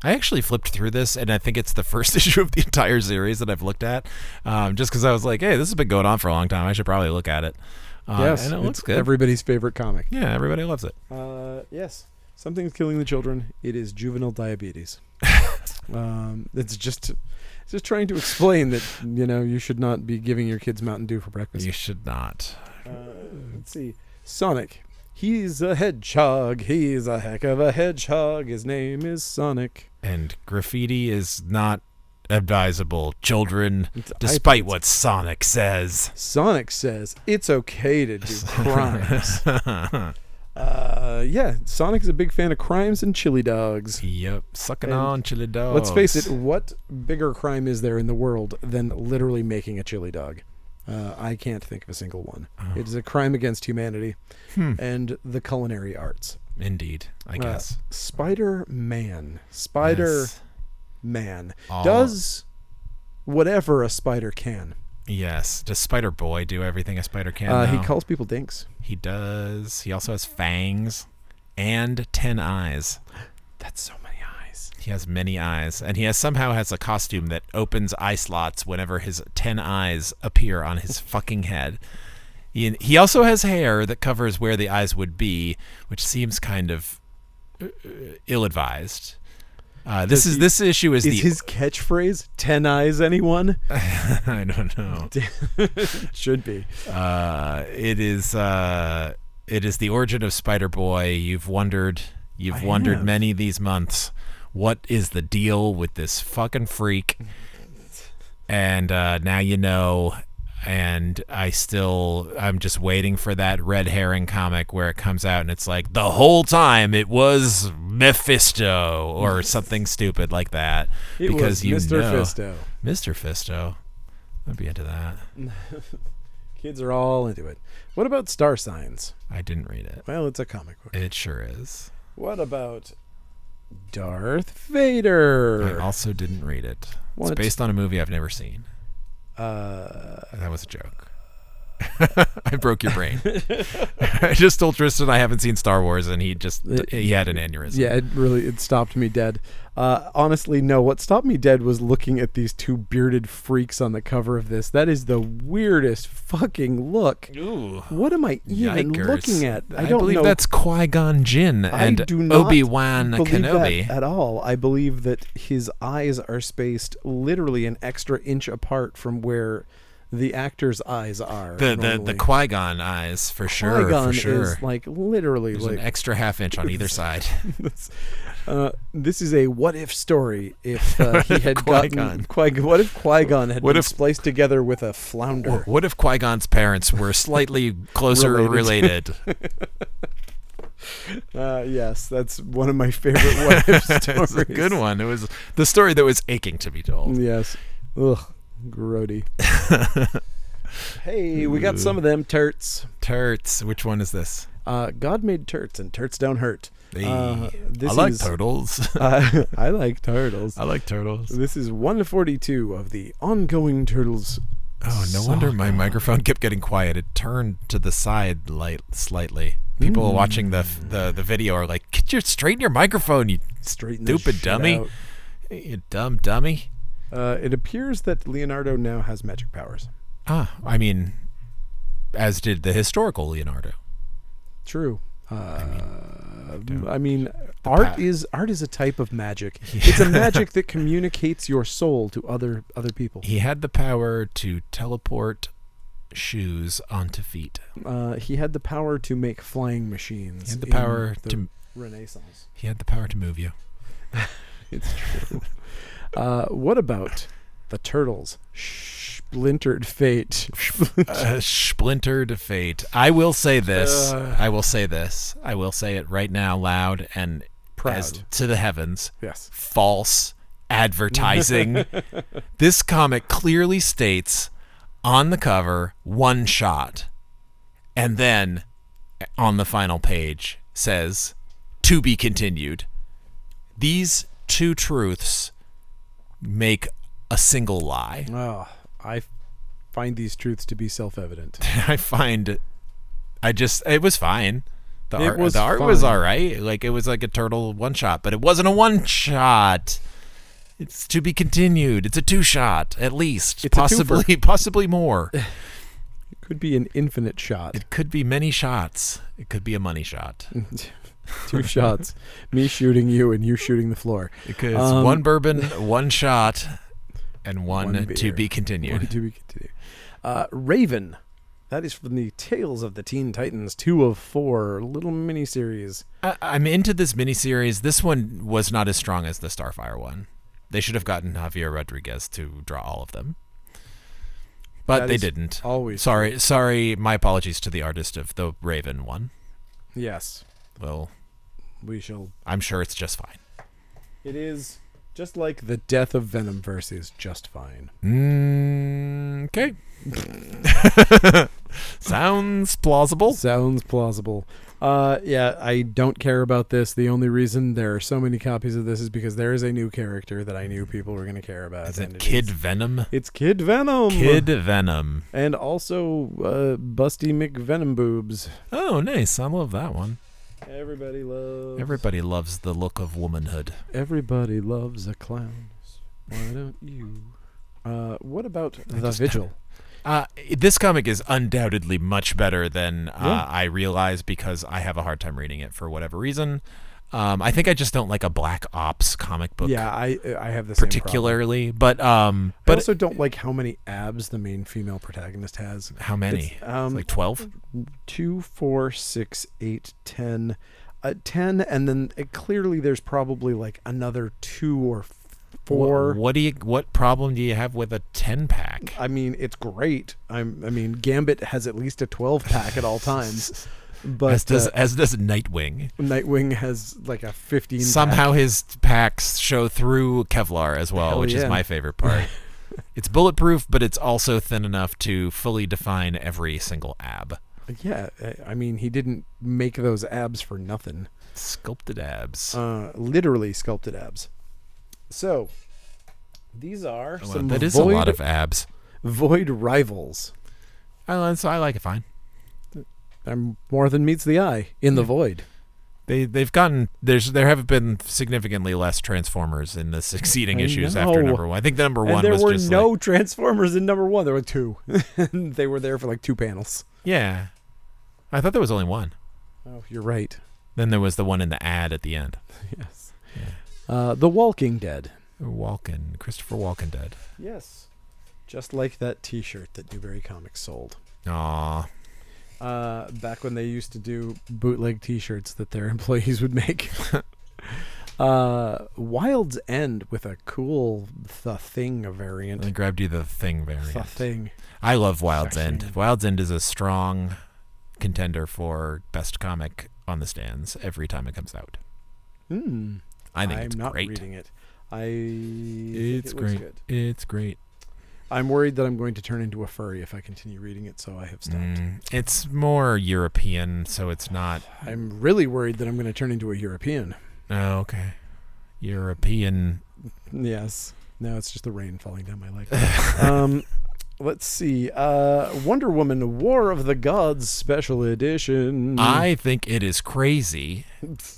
B: I actually flipped through this, and I think it's the first issue of the entire series that I've looked at, um, just because I was like, "Hey, this has been going on for a long time. I should probably look at it." Uh,
A: yes,
B: and it
A: it's
B: looks good.
A: everybody's favorite comic.
B: yeah, everybody loves it.
A: Uh, yes, something's killing the children. It is juvenile diabetes. um, it's just, it's just trying to explain that you know you should not be giving your kids Mountain Dew for breakfast.
B: You should not.
A: Uh, let's see, Sonic. He's a hedgehog. He's a heck of a hedgehog. His name is Sonic.
B: And graffiti is not advisable, children.
A: It's- I-
B: Despite what Sonic says.
A: Sonic says it's okay to do crimes. Uh, yeah, Sonic is a big fan of crimes and chili dogs.
B: Yep, sucking
A: And
B: on chili dogs.
A: Let's face it, what bigger crime is there in the world than literally making a chili dog? Uh, I can't think of a single one.
B: Oh.
A: It is a crime against humanity
B: Hmm.
A: and the culinary arts.
B: Indeed, I
A: Uh,
B: guess.
A: Spider Man. Spider
B: Yes.
A: Man
B: All-
A: does whatever a spider can.
B: yes. Does Spider Boy do everything a spider can?
A: Uh, he
B: now?
A: calls people dinks.
B: He does. He also has fangs and ten eyes.
A: That's so many eyes.
B: He has many eyes, and he has somehow has a costume that opens eye slots whenever his ten eyes appear on his fucking head. He, he also has hair that covers where the eyes would be, which seems kind of uh, ill-advised. Uh, this
A: Does
B: is
A: he-
B: this issue is,
A: Is
B: the
A: his catchphrase 10 eyes anyone?
B: I don't know.
A: It should be.
B: Uh, it is uh, it is the origin of Spider Boy. You've wondered, you've
A: I
B: wondered
A: have.
B: many these months, what is the deal with this fucking freak? And uh, now you know. And I still, I'm just waiting for that red herring comic where it comes out and it's like the whole time it was Mephisto or something stupid like that.
A: It was
B: because you
A: Mr.
B: know,
A: Fisto.
B: Mr. Fisto. I'd be into that.
A: Kids are all into it. What about Star Signs?
B: I didn't read it.
A: Well, it's a comic book.
B: It sure is.
A: What about Darth Vader?
B: I also didn't read it.
A: What?
B: It's based on a movie I've never seen.
A: uh,
B: That was a joke. I broke your brain. I just told Tristan I haven't seen Star Wars, and he just he had an aneurysm.
A: Uh, yeah, it really it stopped me dead. Uh, honestly, no. What stopped me dead was looking at these two bearded freaks on the cover of this. That is the weirdest fucking look.
B: Ooh.
A: What am I even
B: Yikers.
A: looking at? I
B: I,
A: don't
B: believe
A: know.
B: that's Qui Gon Jinn
A: I
B: and
A: do not
B: Obi Wan
A: believe
B: Kenobi.
A: that at all. I believe that his eyes are spaced literally an extra inch apart from where the actor's eyes are.
B: The the, the
A: normally.
B: Qui Gon eyes for sure,
A: Qui-Gon
B: for sure.
A: is like literally
B: There's
A: like
B: an extra half inch on either side.
A: this, uh, this is a what if story. If uh, he had gotten
B: Qui-Gon.
A: Qui, what if Qui Gon had
B: What
A: been
B: if- Oh.
A: spliced together with a flounder?
B: What if Qui Gon's parents were slightly closer
A: Related.
B: related?
A: Uh, yes, that's one of my favorite what if stories.
B: It's a good one. It was the story that was aching to be told.
A: Yes. Ugh, grody. hey, we got some of them turts.
B: Turts. Which one is this?
A: Uh, God made turts, and turts don't hurt.
B: Hey,
A: Uh, this
B: I like
A: is,
B: turtles.
A: uh, I like turtles.
B: I like turtles.
A: This is 142 of the ongoing turtles.
B: Oh, no wonder my microphone kept getting quiet. It turned to the side light slightly. People
A: Mm.
B: watching the, f- the the video are like, "Get your straighten your microphone, you
A: Straighten this
B: stupid
A: shit
B: dummy,
A: out.
B: you dumb dummy."
A: Uh, it appears that Leonardo now has magic powers.
B: Ah, I mean, as did the historical Leonardo.
A: True. Uh, I mean, art
B: pa-
A: is art is a type of magic. It's a magic that communicates your soul to other other people.
B: He had the power to teleport shoes onto feet.
A: Uh, he had the power to make flying machines.
B: He had the
A: in
B: power
A: the
B: to
A: Renaissance.
B: he had the power to move you.
A: It's true. uh, what about the turtles? Splintered fate.
B: uh, splinter to fate. I will say this.
A: Uh.
B: I will say this. I will say it right now, loud and
A: Proud.
B: as to the heavens.
A: yes.
B: False advertising. this comic clearly states on the cover one shot, and then on the final page says to be continued. These two truths make a single lie.
A: Oh, I find these truths to be self-evident.
B: I find I just it was fine. The
A: It
B: art
A: was
B: the art was
A: fine.
B: all right. Like it was like a turtle one shot, but it wasn't a one shot. It's to be continued. It's a two shot at least,
A: It's a
B: possibly possibly more.
A: Could be an infinite shot.
B: It could be many shots. It could be a money shot.
A: Two shots. Me shooting you and you shooting the floor.
B: It could it's
A: Um,
B: one bourbon, one shot, and one,
A: One
B: to
A: beer.
B: be continued.
A: What do we continue? Uh, Raven. That is from the Tales of the Teen Titans, two of four little miniseries.
B: I, I'm into this miniseries. This one was not as strong as the Starfire one. They should have gotten Javier Rodriguez to draw all of them, but
A: That
B: Uh, they
A: is
B: didn't.
A: Always.
B: Sorry, sorry. My apologies to the artist of the Raven one.
A: Yes.
B: Well,
A: We shall.
B: I'm sure it's just fine.
A: It is just like the death of Venom verse is just fine.
B: Mm, Okay. Sounds plausible.
A: Sounds plausible. Uh, yeah, I don't care about this. The only reason there are so many copies of this is because there is a new character that I knew people were going to care about.
B: Is
A: and
B: it
A: it
B: Kid
A: is-
B: Venom?
A: It's Kid Venom.
B: Kid Venom.
A: And also uh, Busty McVenom boobs.
B: Oh, nice. I love that one.
A: Everybody loves.
B: Everybody loves the look of womanhood.
A: Everybody loves a clown. Why don't you? Uh, what about the
B: just-
A: vigil?
B: Uh, this comic is undoubtedly much better than uh,
A: Yeah.
B: I realize because I have a hard time reading it for whatever reason. Um, I think I just don't like a black ops comic book
A: Yeah, I uh, I have the Same problem.
B: particularly, but um,
A: I
B: but
A: also don't like how many abs the main female protagonist has.
B: how many?
A: It's, um,
B: like twelve?
A: two, four, six, eight, ten, uh, ten, and then uh, clearly there's probably like another two or f- four. Uh,
B: What, what do you? What problem do you have with a ten pack?
A: I mean, it's great. I'm. I mean, Gambit has at least a twelve pack at all times, but
B: As does
A: uh,
B: as does Nightwing.
A: Nightwing has like a fifteen. pack.
B: Somehow his packs show through Kevlar as well,
A: Hell
B: which is
A: yeah.
B: my favorite part. It's bulletproof, but it's also thin enough to fully define every single ab.
A: Yeah, I- I mean, he didn't make those abs for nothing.
B: Sculpted abs.
A: Uh, literally sculpted abs. So, these are
B: Well,
A: some
B: Oh, that is
A: void,
B: a lot of abs.
A: void rivals.
B: I, li- so I like it fine.
A: I'm more than meets the eye in
B: Hmm.
A: the void.
B: They they've gotten there's there have been significantly less transformers in the succeeding
A: I
B: issues after
A: know.
B: number one. I think the number one
A: and there
B: was
A: were
B: just
A: no
B: like,
A: Transformers in number one. There were two. And they were there for like two panels.
B: yeah. I thought there was only one.
A: Oh, you're right.
B: Then there was the one in the ad at the end.
A: Yes. Uh, the Walking Dead.
B: Walken, Christopher Walken dead.
A: Yes. Just like that T-shirt that Newberry Comics sold
B: Aw,
A: uh, back when they used to do bootleg T-shirts that their employees would make. uh, Wild's End with a cool the thing variant.
B: I grabbed you the thing variant.
A: The thing.
B: I love Wild's
A: Sorry.
B: End. Wild's End is a strong contender for best comic on the stands every time it comes out.
A: Hmm.
B: I think
A: am
B: it's
A: not
B: great.
A: reading it. I. think
B: It's
A: it looks
B: great.
A: Good.
B: It's great.
A: I'm worried that I'm going to turn into a furry if I continue reading it, so I have stopped.
B: Mm, it's more European, so it's not.
A: I'm really worried that I'm going to turn into a European.
B: Oh, okay. European.
A: Yes. No, it's just the rain falling down my leg. um, let's see. Uh, Wonder Woman War of the Gods Special Edition.
B: I think it is crazy,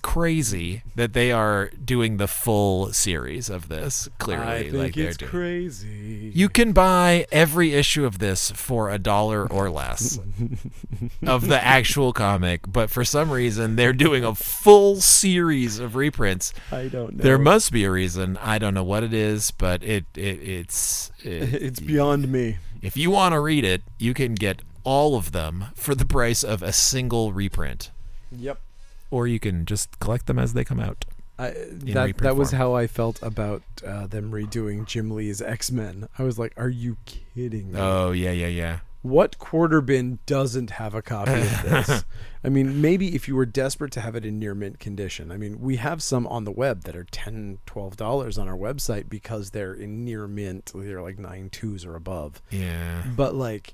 B: crazy that they are doing the full series of this. Clearly,
A: I think
B: like they're
A: it's
B: doing.
A: crazy.
B: You can buy every issue of this for a dollar or less of the actual comic, but for some reason they're doing a full series of reprints.
A: I don't know.
B: There must be a reason. I don't know what it is, but it, it it's it,
A: it's beyond me.
B: if you want to read it, you can get all of them for the price of a single reprint,
A: Yep.
B: or you can just collect them as they come out.
A: I, that
B: reprint
A: that was
B: form.
A: how I felt about uh, them redoing Jim Lee's X Men. I was like, "Are you kidding me?
B: Oh yeah, yeah, yeah.
A: what quarter bin doesn't have a copy of this? I mean, maybe if you were desperate to have it in near mint condition. I mean, we have some on the web that are 10 $12 on our website because they're in near mint. They're like nine twos or above.
B: Yeah.
A: But like,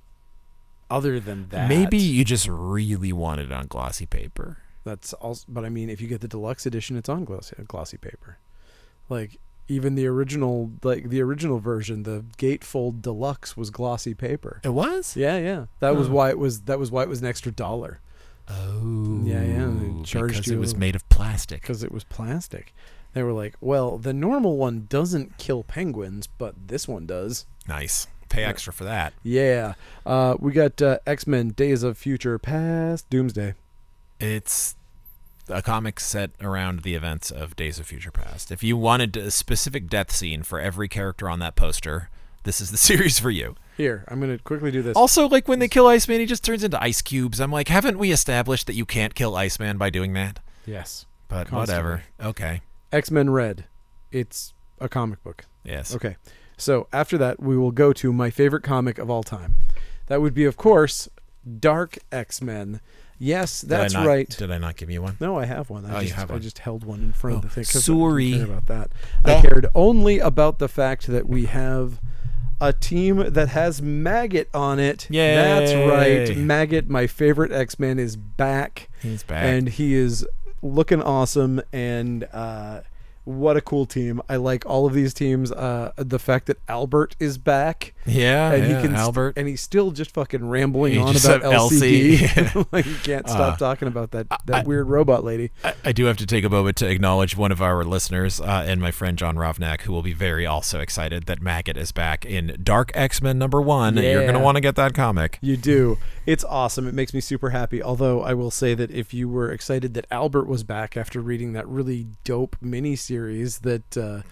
A: other than that,
B: Maybe you just really want it on glossy paper.
A: that's also. But I mean, if you get the deluxe edition, it's on glossy, glossy paper. Like even the original, like the original version, the gatefold deluxe was glossy paper.
B: It was?
A: Yeah, yeah. That was why it was. That was why it was an extra dollar.
B: Oh.
A: Yeah, yeah, they charged
B: because
A: you
B: it was
A: a-
B: made of plastic.
A: because it was plastic. They were like, well, the normal one doesn't kill penguins, but this one does.
B: Nice. Pay extra for that.
A: Yeah. Uh, we got uh, X Men Days of Future Past Doomsday.
B: It's a comic set around the events of Days of Future Past. If you wanted a specific death scene for every character on that poster, this is the series for you.
A: Here, I'm going to quickly do this.
B: Also, like when they kill Iceman, he just turns into ice cubes. I'm like, haven't we established that you can't kill Iceman by doing that?
A: Yes.
B: But
A: Constantly.
B: whatever. Okay.
A: X Men Red. It's a comic book.
B: Yes.
A: Okay. So after that, we will go to my favorite comic of all time. That would be, of course, Dark X Men. Yes,
B: Did I
A: that's
B: not-
A: right.
B: Did I not give you one?
A: No, I have one. I,
B: Oh, you
A: just,
B: have
A: I
B: one.
A: just held one in front of
B: Oh,
A: the thing. 'cause I
B: sorry.
A: didn't care about that. I cared only about the fact that we have a team that has Maggot on it. That's right.
B: Yay.
A: Maggot, my favorite X Man, is back,
B: He's back.
A: and he is looking awesome. And uh, what a cool team! I like all of these teams. Uh, the fact that Albert is back.
B: yeah.
A: And
B: Oh, yeah,
A: he can st-
B: Albert.
A: and he's still just fucking rambling
B: He
A: on
B: just
A: about
B: said LCD.
A: LCD. like he can't stop
B: Uh,
A: talking about that that weird robot lady.
B: I, I do have to take a moment to acknowledge one of our listeners uh, and my friend John Rovnak, who will be very also excited that Maggot is back in Dark X Men number one. You're going to
A: Yeah.
B: want to get that comic.
A: You do. It's awesome. It makes me super happy. Although I will say that if you were excited that Albert was back after reading that really dope miniseries that uh,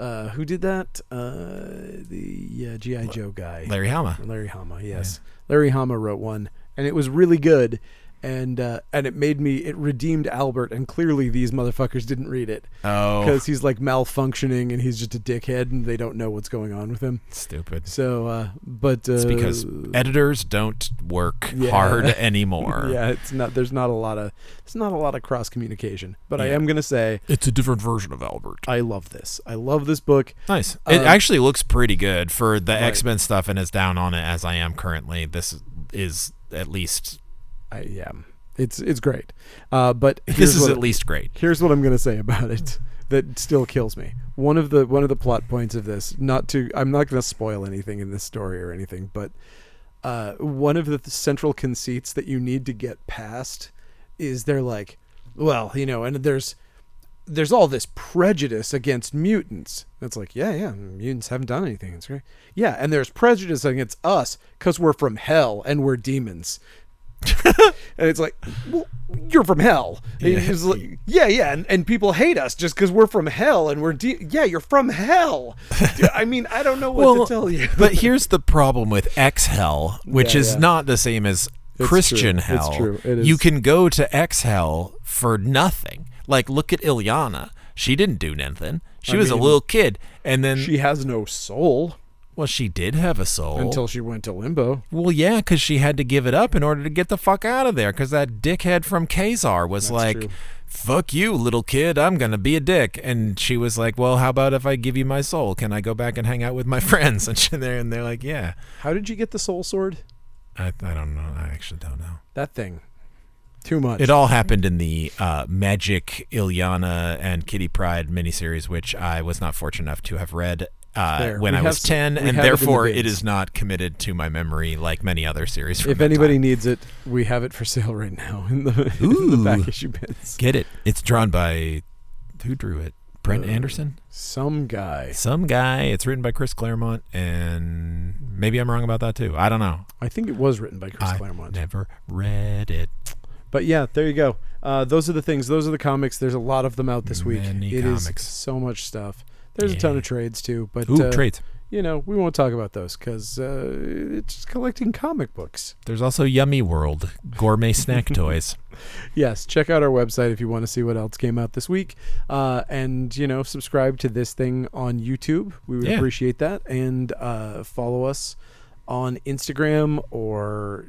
A: uh, who did that? Uh, the uh, GI Joe guy,
B: Larry Hama.
A: Larry Hama. Yes, Larry Hama wrote one, and it was really good. and uh, and it made me it redeemed Albert, and clearly these motherfuckers didn't read it
B: Oh,
A: because he's like malfunctioning and he's just a dickhead, and they don't know what's going on with him.
B: stupid.
A: So, uh, but uh,
B: It's because editors don't work
A: Yeah.
B: hard anymore.
A: yeah, it's not there's not a lot of it's not a lot of cross communication. But I
B: Yeah.
A: am gonna say
B: It's a different version of Albert.
A: I love this. I love this book.
B: Nice. It
A: Um,
B: actually looks pretty good for the X Men stuff, and as down on it as I am currently, this is at least
A: I yeah, it's it's great. Uh, but
B: this
A: here's
B: is
A: what-
B: at least great.
A: here's what I'm gonna say about it that still kills me. One of the one of the plot points of this, not to I'm not gonna spoil anything in this story or anything, but uh, one of the th- central conceits that you need to get past is they're like, well, you know, and there's there's all this prejudice against mutants. It's like, yeah, yeah, mutants haven't done anything. It's great. Yeah, and there's prejudice against us because we're from hell and we're demons. and it's like, well, you're from hell. And
B: Yeah.
A: it's like, yeah, yeah, and, and people hate us just because we're from hell and we're de- yeah, you're from hell. I mean, I don't know what to tell you.
B: but here's the problem with X Hell, which
A: Yeah,
B: is
A: yeah.
B: not the same as Christian
A: true. It's
B: Hell.
A: true. It
B: You
A: is.
B: can go to X Hell for nothing. Like, look at Ilyana. She didn't do nothing. She was a
A: mean-
B: little kid, and then
A: she has no soul
B: well, she did have a soul.
A: until she went to limbo.
B: well, yeah, because she had to give it up in order to get the fuck out of there. Because that dickhead from Kazar was like.
A: true.
B: Fuck you, little kid. I'm going to be a dick. And she was like, Well, how about if I give you my soul? Can I go back and hang out with my friends? And, she, and they're like, Yeah.
A: How did you get the soul sword?
B: I, I don't know. I actually don't know.
A: That thing. Too much.
B: It all happened in the uh, Magic Ilyana and Kitty Pride miniseries, which I was not fortunate enough to have read uh,
A: There,
B: when
A: we
B: I was
A: have s-
B: 10,
A: we have it
B: and
A: in the
B: therefore it
A: bins.
B: is not committed to my memory like many other series. From
A: if
B: that
A: anybody
B: time.
A: needs it, we have it for sale right now in the, in the
B: Ooh.
A: back issue bins.
B: get it, it's drawn by who drew it? Brent
A: Uh,
B: Anderson?
A: Some guy.
B: Some guy. It's written by Chris Claremont, and maybe I'm wrong about that too. I don't know.
A: I think it was written by Chris
B: I
A: Claremont.
B: never read it.
A: But yeah, there you go. Uh, those are the things. Those are the comics. There's a lot of them out this week. It
B: Many
A: is
B: comics.
A: so much stuff. There's a ton
B: Yeah.
A: of trades too, but
B: Ooh,
A: uh,
B: traits.
A: you know we won't talk about those because uh, it's just collecting comic books.
B: There's also Yummy World, gourmet snack toys.
A: yes check out our website if you want to see what else came out this week uh, and you know subscribe to this thing on youtube we would
B: Yeah.
A: appreciate that and uh, follow us on instagram or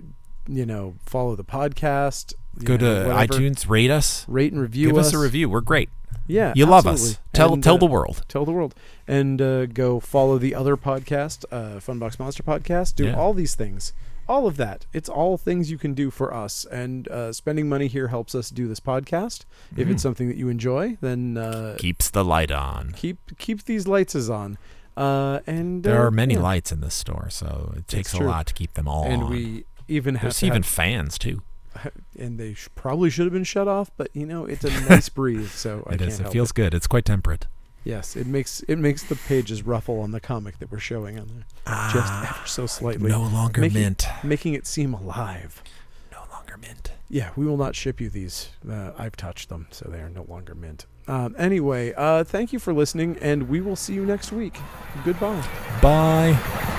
A: you know follow the podcast you
B: Go
A: know,
B: to
A: whatever.
B: iTunes, rate us,
A: rate and review
B: give
A: us.
B: us a review. We're great.
A: yeah
B: You love us.
A: absolutely.
B: Tell
A: And,
B: tell
A: uh,
B: the world.
A: tell the world and uh, go follow the other podcast uh, funbox monster podcast do
B: Yeah.
A: all these things all of that it's all things you can do for us and uh, spending money here helps us do this podcast if
B: Mm-hmm.
A: it's something that you enjoy then uh,
B: Keeps the light on.
A: keep keep these lights is on uh, and
B: There
A: uh,
B: are many
A: yeah.
B: lights in this store, so it takes a
A: true.
B: lot to keep them all
A: and
B: on.
A: we even have,
B: There's
A: to
B: even
A: have-
B: fans too.
A: and they sh- probably should have been shut off but you know it's a nice breeze so I
B: It
A: can't
B: is. It
A: help
B: feels good. It's quite temperate.
A: yes it makes it makes the pages ruffle on the comic that we're showing on there just
B: Ah,
A: ever so slightly
B: no longer
A: making-
B: mint.
A: making it seem alive
B: No longer mint.
A: Yeah, we will not ship you these. Uh, I've touched them, so they are no longer mint. Um, anyway, uh, thank you for listening, and we will see you next week. Goodbye.
B: Bye.